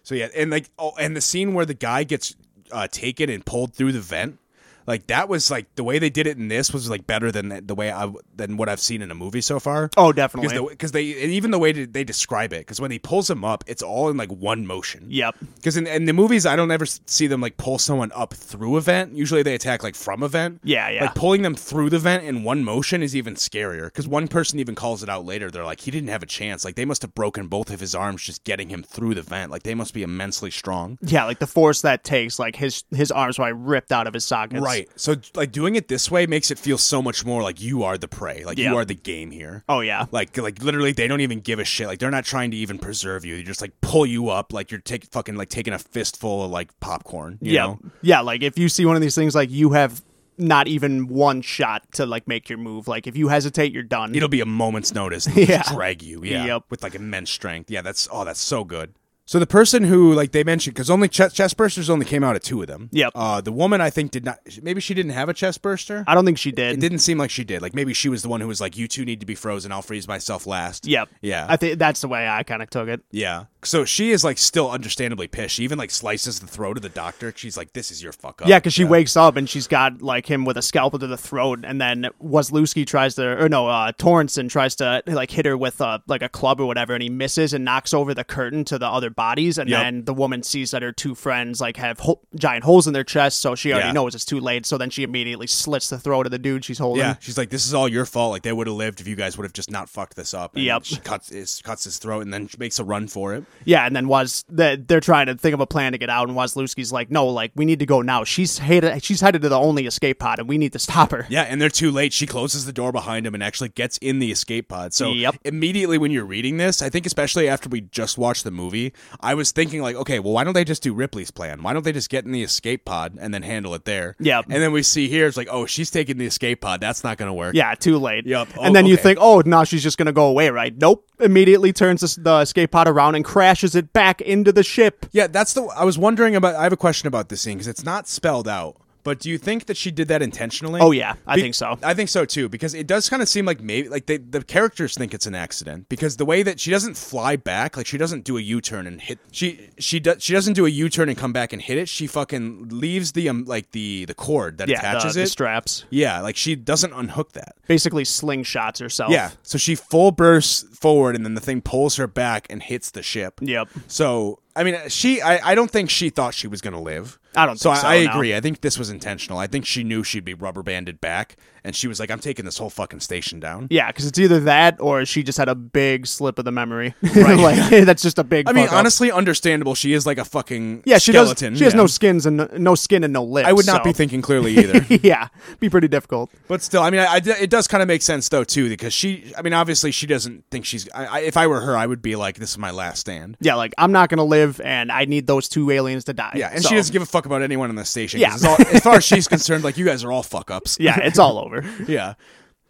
Speaker 1: So yeah, and like oh, and the scene where the guy gets uh, taken and pulled through the vent, like that was like the way they did it in this was like better than the, the way I than what I've seen in a movie so far.
Speaker 2: Oh,
Speaker 1: because
Speaker 2: definitely.
Speaker 1: the, because they and even the way that they describe it because when he pulls him up, it's all in like one motion.
Speaker 2: Yep.
Speaker 1: Because in, in the movies, I don't ever s- see them like pull someone up through a vent. Usually they attack like from a vent.
Speaker 2: Yeah, yeah.
Speaker 1: Like pulling them through the vent in one motion is even scarier. Because one person even calls it out later. They're like, he didn't have a chance. Like they must have broken both of his arms just getting him through the vent. Like they must be immensely strong.
Speaker 2: Yeah, like the force that takes, like his his arms probably ripped out of his sockets.
Speaker 1: Right. So like doing it this way makes it feel so much more like you are the prey. Like
Speaker 2: Yeah.
Speaker 1: you are the game here.
Speaker 2: Oh yeah.
Speaker 1: Like, like literally, they don't even give a shit. Like, they're not trying to even preserve you. They just like pull you up, like you're taking fucking like taking a fistful of like popcorn. You
Speaker 2: yeah.
Speaker 1: know?
Speaker 2: Yeah, like if you see one of these things, like you have not even one shot to like make your move. Like if you hesitate, you're done.
Speaker 1: It'll be a moment's notice. And they'll just
Speaker 2: Yeah.
Speaker 1: drag you. Yeah.
Speaker 2: Yep.
Speaker 1: With like immense strength. Yeah. That's oh, that's so good. So the person who like they mentioned because only chest, chest bursters only came out at two of them.
Speaker 2: Yep.
Speaker 1: Uh, the woman I think did not. Maybe she didn't have a chest burster.
Speaker 2: I don't think she
Speaker 1: it
Speaker 2: did.
Speaker 1: didn't seem like she did. Like maybe she was the one who was like, "You two need to be frozen. I'll freeze myself last."
Speaker 2: Yep.
Speaker 1: Yeah.
Speaker 2: I think that's the way I kind of took it.
Speaker 1: Yeah. So she is like still understandably pissed. She even like slices the throat of the doctor. She's like, "This is your fuck up."
Speaker 2: Yeah, because she wakes up and she's got like him with a scalpel to the throat, and then Wazlewski tries to, or no, uh, Torrenson tries to like hit her with a, like a club or whatever, and he misses and knocks over the curtain to the other bodies, and
Speaker 1: Yep.
Speaker 2: then the woman sees that her two friends like have ho- giant holes in their chest, so she already
Speaker 1: Yeah.
Speaker 2: knows it's too late. So then she immediately slits the throat of the dude she's holding.
Speaker 1: Yeah, she's like, "This is all your fault. Like they would have lived if you guys would have just not fucked this up." And
Speaker 2: Yep.
Speaker 1: She cuts his cuts his throat and then she makes a run for it.
Speaker 2: Yeah, and then was they're, they're trying to think of a plan to get out, and Wazlewski's like, "No, like we need to go now. She's headed, she's headed to the only escape pod, and we need to stop her."
Speaker 1: Yeah, and they're too late. She closes the door behind him and actually gets in the escape pod. So
Speaker 2: Yep.
Speaker 1: immediately when you're reading this, I think especially after we just watched the movie, I was thinking like, okay, well, why don't they just do Ripley's plan? Why don't they just get in the escape pod and then handle it there?
Speaker 2: Yep.
Speaker 1: And then we see here it's like, oh, she's taking the escape pod. That's not going to work.
Speaker 2: Yeah, too late.
Speaker 1: Yup. Oh,
Speaker 2: and then you
Speaker 1: okay.
Speaker 2: think, oh, now she's just going to go away, right? Nope. Immediately turns this, the escape pod around and crashes it back into the ship.
Speaker 1: Yeah, that's the. I was wondering about. I have a question about this scene because it's not spelled out. But do you think that she did that intentionally?
Speaker 2: Oh, yeah. I think so.
Speaker 1: I think so too because it does kind of seem like maybe like they, the characters think it's an accident because the way that she doesn't fly back, like she doesn't do a U turn and hit. She she does she doesn't do a U turn and come back and hit it. She fucking leaves the um like the the cord that
Speaker 2: Yeah,
Speaker 1: attaches
Speaker 2: the,
Speaker 1: it.
Speaker 2: the straps.
Speaker 1: yeah, like she doesn't unhook that.
Speaker 2: Basically slingshots herself.
Speaker 1: Yeah, so she full bursts forward and then the thing pulls her back and hits the ship.
Speaker 2: Yep.
Speaker 1: So I mean, she I, I don't think she thought she was gonna live.
Speaker 2: I don't
Speaker 1: So
Speaker 2: think so,
Speaker 1: I, I
Speaker 2: no.
Speaker 1: agree. I think this was intentional. I think she knew she'd be rubber banded back, and she was like, "I'm taking this whole fucking station down."
Speaker 2: Yeah, because it's either that or she just had a big slip of the memory. like, that's just a big
Speaker 1: I mean,
Speaker 2: fuck up.
Speaker 1: honestly, understandable. She is like a fucking
Speaker 2: Yeah, she
Speaker 1: skeleton.
Speaker 2: does. She has
Speaker 1: yeah.
Speaker 2: no skins and no, no skin and no lips.
Speaker 1: I would not
Speaker 2: so-
Speaker 1: be thinking clearly either.
Speaker 2: yeah, be pretty difficult.
Speaker 1: but still, I mean, I, I- it does kind of make sense though too, because she. I mean, obviously, she doesn't think she's. I, I, if I were her, I would be like, "This is my last stand."
Speaker 2: Yeah, like I'm not gonna live. live, and I need those two aliens to die.
Speaker 1: Yeah, and
Speaker 2: So,
Speaker 1: she doesn't give a fuck about anyone in the station. 'cause
Speaker 2: Yeah.
Speaker 1: it's all- as far as she's concerned, like you guys are all fuck ups.
Speaker 2: yeah, it's all over.
Speaker 1: yeah.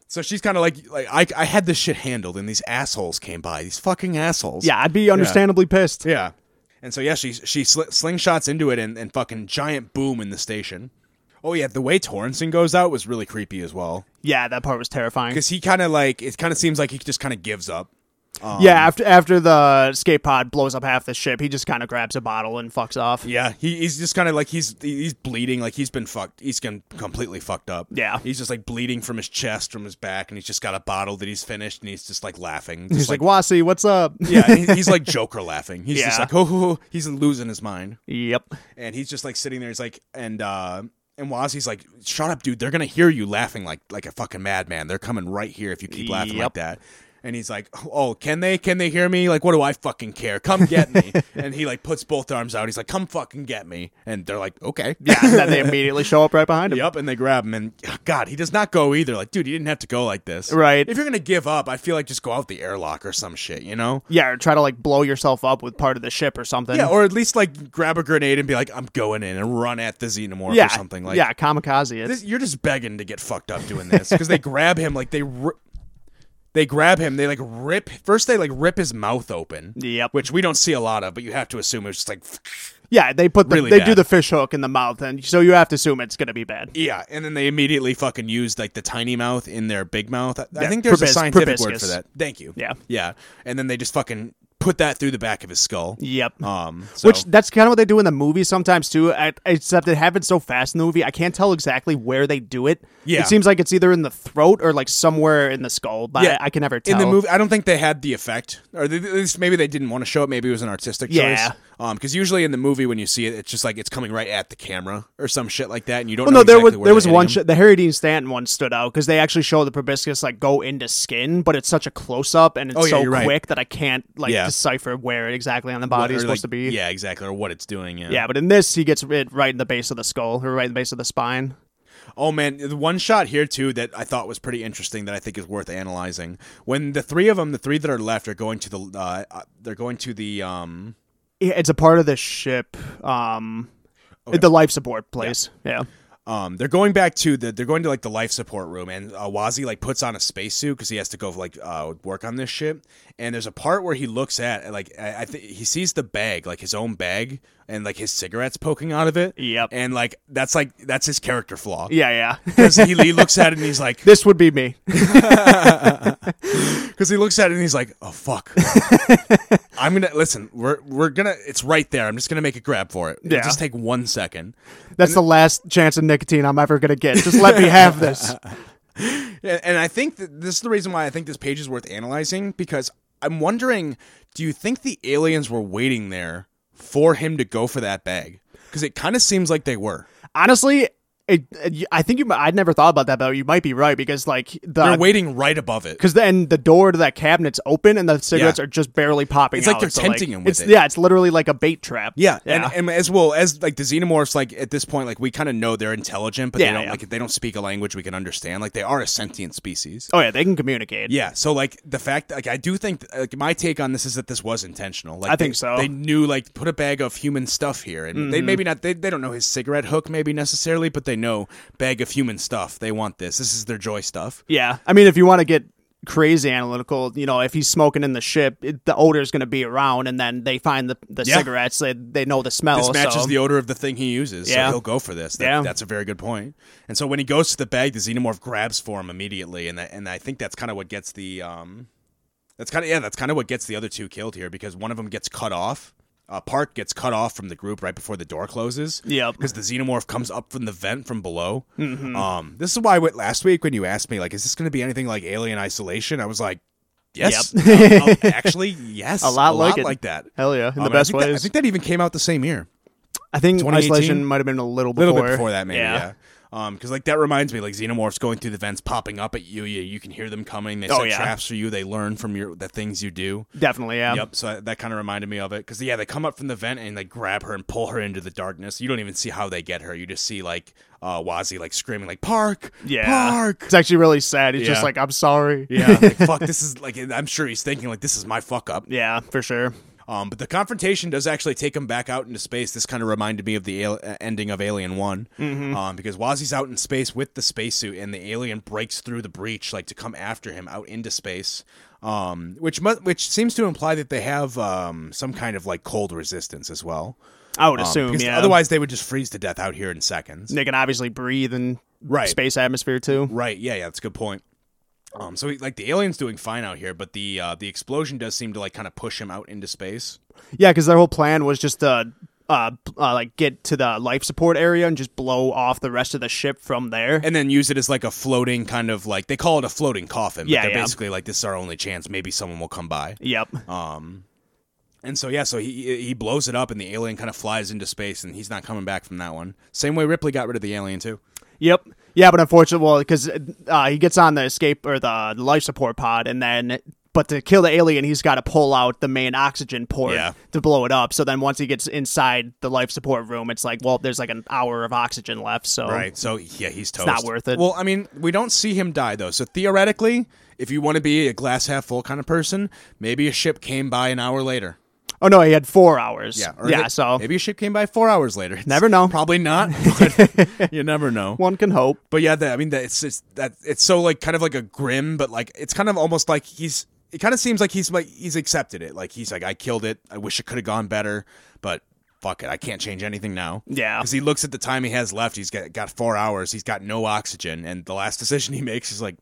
Speaker 1: So she's kind of like, like I, I had this shit handled, and these assholes came by. These fucking assholes.
Speaker 2: Yeah, I'd be understandably pissed.
Speaker 1: Yeah. And so yeah, she she sl- slingshots into it and, and fucking giant boom in the station. Oh yeah, the way Torrenson goes out was really creepy as well
Speaker 2: Yeah, that part was terrifying.
Speaker 1: because he kind of like it kind of seems like he just kind of gives up. Um,
Speaker 2: yeah, after after the skate pod blows up half the ship, he just kind of grabs a bottle and fucks off.
Speaker 1: Yeah, he, he's just kind of like he's he's bleeding, like he's been fucked. He's been completely fucked up.
Speaker 2: Yeah.
Speaker 1: he's just like bleeding from his chest, from his back, and he's just got a bottle that he's finished, and he's just like laughing. Just
Speaker 2: He's like, Wasi, what's up?
Speaker 1: yeah, and he- he's like Joker laughing. He's just
Speaker 2: Yeah.
Speaker 1: like, oh, oh, oh," he's losing his mind,
Speaker 2: yep.
Speaker 1: and he's just like sitting there. He's like, and uh, and Wazzy's like, shut up, dude. They're gonna hear you laughing like like a fucking madman. They're coming right here if you keep laughing like
Speaker 2: Yep.
Speaker 1: that. And he's like, oh, can they? Can they hear me? Like, what do I fucking care? Come get me. and he like puts both arms out. He's like, come fucking get me. And they're like, okay.
Speaker 2: Yeah, and then they immediately show up right behind him.
Speaker 1: Yep, and they grab him, and ah, God, he does not go either. Like, dude, he didn't have to go like this,
Speaker 2: Right.
Speaker 1: If you're gonna give up, I feel like just go out the airlock or some shit, you know?
Speaker 2: Yeah, or try to like blow yourself up with part of the ship or something.
Speaker 1: Yeah, or at least like grab a grenade and be like, I'm going in and run at the xenomorph
Speaker 2: yeah,
Speaker 1: or something like.
Speaker 2: yeah, kamikaze. It.
Speaker 1: this, you're just begging to get fucked up doing this because they grab him like they. Ri- they grab him. They like rip. First, they like rip his mouth open.
Speaker 2: Yep.
Speaker 1: Which we don't see a lot of, but you have to assume it's just like,
Speaker 2: yeah, they put the,
Speaker 1: Really
Speaker 2: they do
Speaker 1: bad.
Speaker 2: the fish hook in the mouth, and so you have to assume it's gonna be bad.
Speaker 1: yeah. And then they immediately fucking used like the tiny mouth in their big mouth. I, I
Speaker 2: Yeah,
Speaker 1: think there's a
Speaker 2: probis-
Speaker 1: scientific word for
Speaker 2: proboscis.
Speaker 1: that. Thank you.
Speaker 2: Yeah.
Speaker 1: Yeah. And then they just fucking put that through the back of his skull.
Speaker 2: Yep.
Speaker 1: Um. So.
Speaker 2: Which that's kind of what they do in the movie sometimes too. I- Except it happens so fast in the movie, I can't tell exactly where they do it.
Speaker 1: Yeah.
Speaker 2: it seems like it's either in the throat or like somewhere in the skull, but
Speaker 1: Yeah.
Speaker 2: I, I can never tell.
Speaker 1: In the movie, I don't think they had the effect, or they, at least maybe they didn't want to show it. Maybe it was an artistic
Speaker 2: Yeah.
Speaker 1: choice. Um, because usually in the movie when you see it, it's just like it's coming right at the camera or some shit like that, and you don't.
Speaker 2: Well,
Speaker 1: know
Speaker 2: no, there
Speaker 1: exactly where
Speaker 2: was there
Speaker 1: they're
Speaker 2: was
Speaker 1: hitting
Speaker 2: one.
Speaker 1: them.
Speaker 2: Sh- the Harry Stanton one stood out because they actually show the proboscis like go into skin, but it's such a close up and it's
Speaker 1: Oh, yeah,
Speaker 2: so
Speaker 1: you're right.
Speaker 2: quick that I can't like
Speaker 1: Yeah.
Speaker 2: decipher where exactly on the body
Speaker 1: Or,
Speaker 2: is supposed
Speaker 1: like,
Speaker 2: to be.
Speaker 1: Yeah, exactly, or what it's doing. Yeah.
Speaker 2: Yeah, but in this, he gets it right in the base of the skull or right in the base of the spine.
Speaker 1: Oh man, the one shot here too that I thought was pretty interesting that I think is worth analyzing. When the three of them, the three that are left, are going to the, uh, uh, they're going to the um.
Speaker 2: Yeah, It's a part of the ship, um, the life support place. Yeah,
Speaker 1: Um, they're going back to the. They're going to like the life support room, and uh, Wazi like puts on a spacesuit because he has to go like uh, work on this shit. And there's a part where he looks at like I, I think he sees the bag, like his own bag, and like his cigarettes poking out of it.
Speaker 2: Yep.
Speaker 1: And like that's like that's his character flaw.
Speaker 2: yeah, yeah.
Speaker 1: 'Cause he, he looks at it and he's like,
Speaker 2: this would be me.
Speaker 1: because he looks at it and he's like, oh fuck, I'm gonna listen. We're we're gonna. It's right there. I'm just gonna make a grab for it. It'll
Speaker 2: Yeah.
Speaker 1: Just take one second.
Speaker 2: That's the last chance of nicotine I'm ever gonna get. Just let me have this.
Speaker 1: And, and I think that this is the reason why I think this page is worth analyzing because I'm wondering do you think the aliens were waiting there for him to go for that bag? Because it kind of seems like they were.
Speaker 2: Honestly. It, it- I think you. mi- I'd never thought about that, but you might be right because, like,
Speaker 1: They're
Speaker 2: the
Speaker 1: waiting right above it.
Speaker 2: because then the door to that cabinet's open and the cigarettes
Speaker 1: Yeah.
Speaker 2: are just barely popping.
Speaker 1: It's like
Speaker 2: out,
Speaker 1: they're
Speaker 2: so,
Speaker 1: tempting him with
Speaker 2: it's,
Speaker 1: it.
Speaker 2: Yeah, it's literally like a bait trap.
Speaker 1: Yeah,
Speaker 2: yeah,
Speaker 1: And, uh, and as well as like the xenomorphs, like at this point, like we kind of know they're intelligent, but they
Speaker 2: Yeah,
Speaker 1: don't
Speaker 2: yeah.
Speaker 1: like they don't speak a language we can understand. Like they are a sentient species.
Speaker 2: oh yeah, they can communicate.
Speaker 1: Yeah, so like the fact, like I do think, like my take on this is that this was intentional. Like
Speaker 2: I think
Speaker 1: they-
Speaker 2: so. Mm-hmm.
Speaker 1: They knew like put a bag of human stuff here, and they maybe not. They, they don't know his cigarette hook maybe necessarily, but they know bag of human stuff. They want this. This is their joy stuff.
Speaker 2: Yeah. I mean, if you want to get crazy analytical, you know, if he's smoking in the ship, it, the odor's going to be around, and then they find the, the
Speaker 1: Yeah.
Speaker 2: cigarettes. They, they know the smell.
Speaker 1: This matches
Speaker 2: so-
Speaker 1: the odor of the thing he uses,
Speaker 2: Yeah.
Speaker 1: so he'll go for this. That-
Speaker 2: Yeah.
Speaker 1: that's a very good point. And so when he goes to the bag, the xenomorph grabs for him immediately, and that, and I think that's kind of what gets the um, that's kind of yeah, that's kind of what gets the other two killed here because one of them gets cut off. Uh, Park gets cut off from the group right before the door closes.
Speaker 2: Yep. Mm-hmm.
Speaker 1: because the xenomorph comes up from the vent from below. Um, this is why what, last week when you asked me like, is this going to be anything like Alien Isolation? I was like, yes, Um, um, actually, yes,
Speaker 2: A lot like it.
Speaker 1: that.
Speaker 2: Hell yeah, in
Speaker 1: Um,
Speaker 2: the
Speaker 1: and I
Speaker 2: best
Speaker 1: think that- I
Speaker 2: ways.
Speaker 1: think that even came out the same year.
Speaker 2: I think
Speaker 1: 2018?
Speaker 2: isolation might have been a little
Speaker 1: A
Speaker 2: before.
Speaker 1: little bit before that, maybe. Yeah. Um, because like that reminds me, like xenomorphs going through the vents, popping up at you. You, you can hear them coming. They set
Speaker 2: Oh, yeah.
Speaker 1: traps for you. They learn from your the things you do.
Speaker 2: Definitely, yeah.
Speaker 1: Yep. So that, that kind of reminded me of it. Because yeah, they come up from the vent and they grab her and pull her into the darkness. You don't even see how they get her. You just see like uh, Wazi like screaming like Park,
Speaker 2: Yeah.
Speaker 1: Park.
Speaker 2: It's actually really sad. He's just
Speaker 1: Yeah.
Speaker 2: like, I'm sorry.
Speaker 1: Yeah. Like, fuck. This is like I'm sure he's thinking like this is my fuck up.
Speaker 2: Yeah, for sure.
Speaker 1: Um, but the confrontation does actually take him back out into space. This kind of reminded me of the al- uh, ending of Alien One, um, because Wazzy's out in space with the spacesuit, and the alien breaks through the breach like to come after him out into space. Um, which mu- which seems to imply that they have um, some kind of like cold resistance as well.
Speaker 2: I would
Speaker 1: Um,
Speaker 2: assume,
Speaker 1: because
Speaker 2: yeah.
Speaker 1: Otherwise, they would just freeze to death out here in seconds.
Speaker 2: they can obviously breathe in
Speaker 1: Right.
Speaker 2: space atmosphere too.
Speaker 1: Right. Yeah. Yeah. That's a good point. Um. So he, like the alien's doing fine out here, but the uh, the explosion does seem to like kind of push him out into space.
Speaker 2: Yeah, because their whole plan was just to. Uh, b- uh, like get to the life support area and just blow off the rest of the ship from there.
Speaker 1: and then use it as like a floating kind of like they call it a floating coffin. But
Speaker 2: Yeah,
Speaker 1: they're
Speaker 2: yeah.
Speaker 1: basically like this is our only chance. Maybe someone will come by.
Speaker 2: yep.
Speaker 1: And so yeah, so he he blows it up, and the alien kind of flies into space, and he's not coming back from that one. Same way Ripley got rid of the alien too.
Speaker 2: Yep. Yeah, but unfortunately, well, because uh, he gets on the escape or the life support pod, and then, but to kill the alien, he's got to pull out the main oxygen port
Speaker 1: Yeah.
Speaker 2: to blow it up. So then, once he gets inside the life support room, it's like, well, there's like an hour of oxygen left. So
Speaker 1: Right. So yeah, he's toast.
Speaker 2: Oh. not worth it.
Speaker 1: Well, I mean, we don't see him die though. So theoretically, if you want to be a glass half full kind of person, maybe a ship came by an hour later.
Speaker 2: oh no, he had four hours.
Speaker 1: Yeah. or
Speaker 2: yeah.
Speaker 1: may-
Speaker 2: So
Speaker 1: maybe a ship came by four hours later. It's
Speaker 2: Never know.
Speaker 1: Probably not. but you never know.
Speaker 2: one can hope.
Speaker 1: But yeah, that, I mean, that it's, it's that it's so like kind of like a grim, but like it's kind of almost like he's. It kind of seems like he's like he's accepted it. Like he's like, I killed it. I wish it could have gone better, but fuck it, I can't change anything now.
Speaker 2: Yeah.
Speaker 1: because he looks at the time he has left. He's got got four hours. He's got no oxygen, and the last decision he makes is like,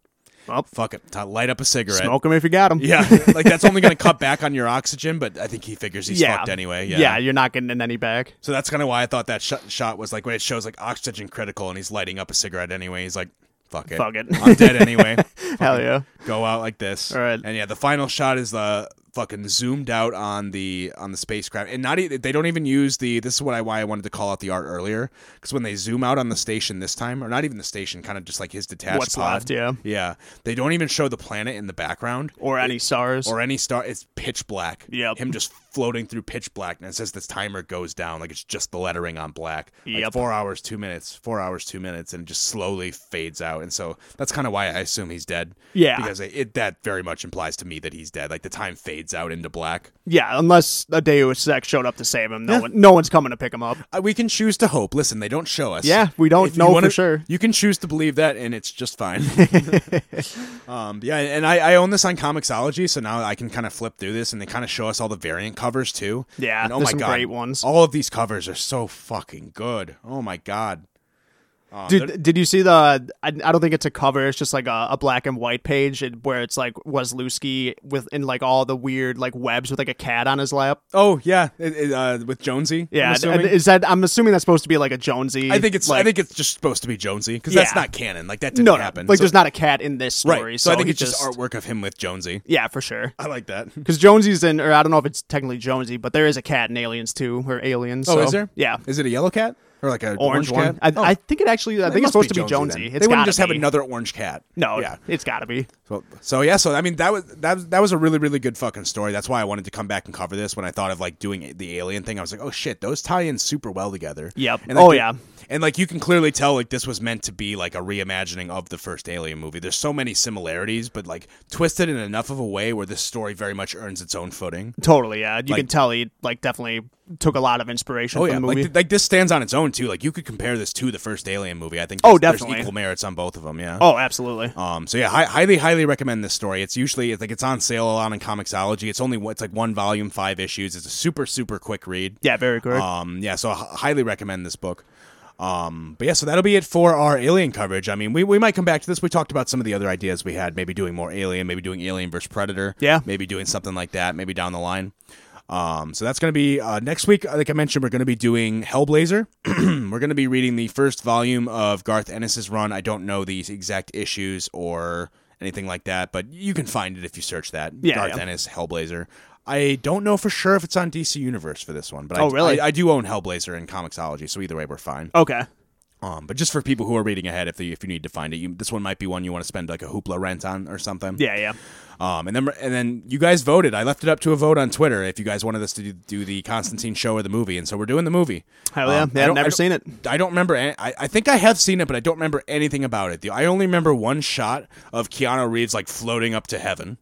Speaker 2: Well,
Speaker 1: fuck it, t- light up a cigarette.
Speaker 2: smoke him if you got him.
Speaker 1: Yeah, like that's only gonna cut back on your oxygen, but I think he figures he's
Speaker 2: Yeah.
Speaker 1: fucked anyway.
Speaker 2: yeah, you're not getting in any back.
Speaker 1: So that's kind of why I thought that sh- shot was like when it shows like oxygen critical and he's lighting up a cigarette anyway. He's like, "Fuck it,
Speaker 2: Fuck it.
Speaker 1: I'm dead anyway."
Speaker 2: Hell yeah.
Speaker 1: Go out like this.
Speaker 2: All right.
Speaker 1: And yeah, the final shot is the fucking zoomed out on the on the spacecraft, and not even they don't even use the. This is what I why I wanted to call out the art earlier because when they zoom out on the station this time, or not even the station, kind of just like his detached
Speaker 2: What's
Speaker 1: pod,
Speaker 2: left, yeah.
Speaker 1: yeah, they don't even show the planet in the background
Speaker 2: Or any stars.
Speaker 1: or any star. It's pitch black.
Speaker 2: Yep.
Speaker 1: Him just floating through pitch blackness as this timer goes down. Like it's just the lettering on black. Like
Speaker 2: Yep.
Speaker 1: Four hours, two minutes. Four hours, two minutes, and it just slowly fades out. And so that's kind of why I assume he's dead.
Speaker 2: Yeah.
Speaker 1: Because it, it that very much implies to me that he's dead. Like the time fades out into black.
Speaker 2: yeah, unless a Deus Ex showed up to save him, no one, no one's coming to pick him up.
Speaker 1: Uh, we can choose to hope. Listen, they don't show us.
Speaker 2: Yeah, we don't
Speaker 1: If you
Speaker 2: know for
Speaker 1: wanna-
Speaker 2: sure.
Speaker 1: You can choose to believe that, and it's just fine. um, yeah, and I, I own this on Comixology, so now I can kind of flip through this, and they kind of show us all the variant covers too.
Speaker 2: Yeah,
Speaker 1: and, oh
Speaker 2: there's
Speaker 1: my
Speaker 2: some
Speaker 1: god,
Speaker 2: great ones.
Speaker 1: All of these covers are so fucking good. Oh my god.
Speaker 2: Dude, did you see the? I, I don't think it's a cover. It's just like a, a black and white page and where it's like Wazlewski with in like all the weird like webs with like a cat on his lap.
Speaker 1: Oh yeah, it- it, uh, with Jonesy. I'm
Speaker 2: Yeah,
Speaker 1: assuming.
Speaker 2: is that? I'm assuming that's suped to be like a Jonesy.
Speaker 1: I think it's I
Speaker 2: like-
Speaker 1: think it's just supposed to be Jonesy because that's
Speaker 2: Yeah.
Speaker 1: not canon. Like that didn't
Speaker 2: no, no,
Speaker 1: happen.
Speaker 2: like
Speaker 1: so,
Speaker 2: there's not a cat in this
Speaker 1: right.
Speaker 2: story.
Speaker 1: so, I think
Speaker 2: he
Speaker 1: it's just artwork of him with Jonesy.
Speaker 2: Yeah, for sure.
Speaker 1: I like that.
Speaker 2: Because Jonesy's in, or I don't know if it's technically Jonesy, but there is a cat in Aliens too, or Aliens.
Speaker 1: Oh,
Speaker 2: so-
Speaker 1: is there?
Speaker 2: Yeah,
Speaker 1: Is it a yellow cat or like a orange,
Speaker 2: orange, one. I,
Speaker 1: cat? Oh.
Speaker 2: I think it actually. I
Speaker 1: It
Speaker 2: think it's
Speaker 1: must
Speaker 2: supposed to be Jonesy.
Speaker 1: then.
Speaker 2: It's
Speaker 1: they wouldn't
Speaker 2: gotta
Speaker 1: just have
Speaker 2: be.
Speaker 1: another orange cat.
Speaker 2: No,
Speaker 1: yeah.
Speaker 2: it's got to be.
Speaker 1: So, so yeah, so I mean that was that was- that was a really really good fucking story. That's why I wanted to come back and cover this when I thought of like doing the alien thing. I was like, oh shit, those tie in super well together.
Speaker 2: Yep.
Speaker 1: like,
Speaker 2: Oh,
Speaker 1: the-
Speaker 2: yeah.
Speaker 1: And like you can clearly tell like this was meant to be like a reimagining of the first Alien movie. There's so many similarities, but like twisted in enough of a way where this story very much earns its own footing.
Speaker 2: Totally, yeah. You
Speaker 1: Like-
Speaker 2: can tell he like definitely took a lot of inspiration
Speaker 1: Oh
Speaker 2: from
Speaker 1: yeah,
Speaker 2: the
Speaker 1: like,
Speaker 2: movie.
Speaker 1: th- like this stands on its own too. Like you could compare this to the first Alien movie. I think
Speaker 2: Oh,
Speaker 1: there's-
Speaker 2: definitely.
Speaker 1: there's equal merits on both of them. Yeah.
Speaker 2: oh, absolutely.
Speaker 1: Um, so yeah, hi- highly, highly recommend this story. It's usually it's like it's on sale a lot in Comixology. It's only it's like one volume, five issues. It's a super, super quick read.
Speaker 2: Yeah, very good.
Speaker 1: Um, yeah, so I h- highly recommend this book. Um, but yeah, so that'll be it for our alien coverage. I mean, we, we might come back to this. We talked about some of the other ideas we had, maybe doing more alien, maybe doing alien versus predator.
Speaker 2: Yeah.
Speaker 1: Maybe doing something like that, maybe down the line. Um, so that's going to be uh, next week. Like I mentioned, we're going to be doing Hellblazer. we're going to be reading the first volume of Garth Ennis's run. I don't know the exact issues or anything like that, but you can find it if you search that.
Speaker 2: Yeah,
Speaker 1: Garth
Speaker 2: yeah.
Speaker 1: Ennis Hellblazer. I don't know for sure if it's on DC Universe for this one, but I,
Speaker 2: Oh, really?
Speaker 1: I, I do own Hellblazer and Comixology, so either way we're fine.
Speaker 2: okay.
Speaker 1: Um, but just for people who are reading ahead, if they, if you need to find it, you, this one might be one you want to spend like a hoopla rent on or something.
Speaker 2: Yeah, yeah.
Speaker 1: Um, and then and then you guys voted. I left it up to a vote on Twitter if you guys wanted us to do, do the Constantine show or the movie, and so we're doing the movie.
Speaker 2: Hell yeah.
Speaker 1: Um,
Speaker 2: Yeah,
Speaker 1: I
Speaker 2: I've
Speaker 1: don't- I
Speaker 2: never
Speaker 1: don't-
Speaker 2: seen it.
Speaker 1: I don't remember. Any, I, I think I have seen it, but I don't remember anything about it. The- I only remember one shot of Keanu Reeves like floating up to heaven.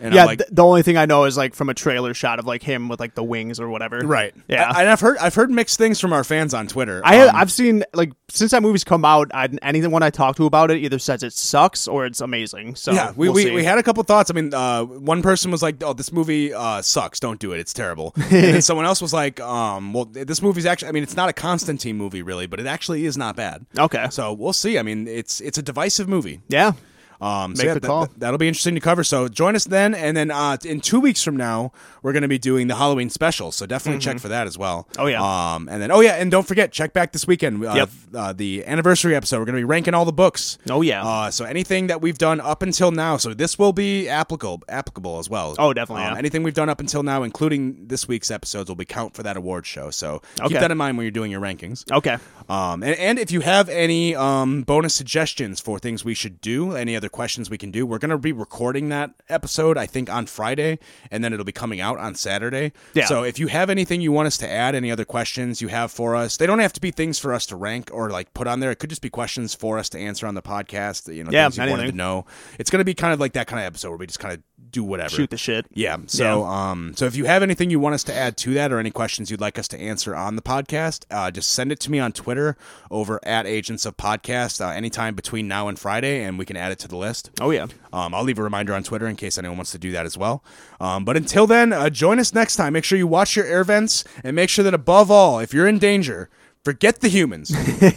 Speaker 1: And
Speaker 2: yeah,
Speaker 1: I'm like,
Speaker 2: th- the only thing I know is like from a trailer shot of like him with like the wings or whatever.
Speaker 1: right.
Speaker 2: Yeah.
Speaker 1: I- and I've heard I've heard mixed things from our fans on Twitter.
Speaker 2: I have,
Speaker 1: Um,
Speaker 2: I've seen like since that movie's come out, I, anyone I talk to about it either says it sucks or it's amazing. So
Speaker 1: yeah, we
Speaker 2: we'll
Speaker 1: we,
Speaker 2: see.
Speaker 1: we had a couple thoughts. I mean, uh, one person was like, "Oh, this movie uh, sucks. Don't do it. It's terrible." and then someone else was like, um, "Well, th- this movie's actually. I mean, it's not a Constantine movie, really, but it actually is not bad."
Speaker 2: okay.
Speaker 1: So we'll see. I mean, it's it's a divisive movie.
Speaker 2: Yeah,
Speaker 1: Um, so
Speaker 2: Make
Speaker 1: yeah,
Speaker 2: the
Speaker 1: th-
Speaker 2: call.
Speaker 1: th- that'll be interesting to cover. So join us then, and then uh, in two weeks from now, we're going to be doing the Halloween special. So definitely check for that as well.
Speaker 2: Oh, yeah.
Speaker 1: Um, and then oh yeah, and don't forget check back this weekend. Uh,
Speaker 2: Yep.
Speaker 1: uh, the anniversary episode. We're going to be ranking all the books.
Speaker 2: Oh, yeah.
Speaker 1: Uh, so anything that we've done up until now, so this will be applicable applicable as well. Um,
Speaker 2: Oh, definitely, yeah.
Speaker 1: Anything we've done up until now, including this week's episodes, will be count for that award show. So
Speaker 2: Okay.
Speaker 1: keep that in mind when you're doing your rankings.
Speaker 2: Okay.
Speaker 1: Um, and, and if you have any um, bonus suggestions for things we should do, any other questions we can do, we're going to be recording that episode, I think, on Friday, and then it'll be coming out on Saturday.
Speaker 2: Yeah.
Speaker 1: So if you have anything you want us to add, any other questions you have for us, they don't have to be things for us to rank or like put on there. It could just be questions for us to answer on the podcast. You know,
Speaker 2: Yeah,
Speaker 1: things you wanted
Speaker 2: anything.
Speaker 1: to know. It's going to be kind of like that kind of episode where we just kind of do whatever.
Speaker 2: Shoot the shit.
Speaker 1: Yeah. So, um, so if you have anything you want us to add to that, or any questions you'd like us to answer on the podcast, uh, just send it to me on Twitter over at Agents of Podcast uh, anytime between now and Friday, and we can add it to the list.
Speaker 2: Oh yeah.
Speaker 1: Um, I'll leave a reminder on Twitter in case anyone wants to do that as well. Um, but until then, uh, join us next time. Make sure you watch your air vents, and make sure that above all, if you're in danger, forget the humans,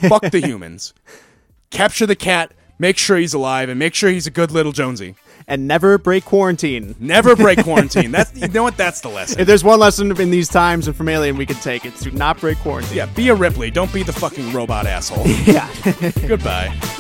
Speaker 1: fuck the humans, capture the cat, make sure he's alive, and make sure he's a good little Jonesy.
Speaker 2: And never break quarantine.
Speaker 1: Never break quarantine. That's you know what? That's the lesson.
Speaker 2: If there's one lesson in these times and from Alien we can take, it's do not break quarantine.
Speaker 1: Yeah, be a Ripley. Don't be the fucking robot asshole.
Speaker 2: Yeah.
Speaker 1: Goodbye.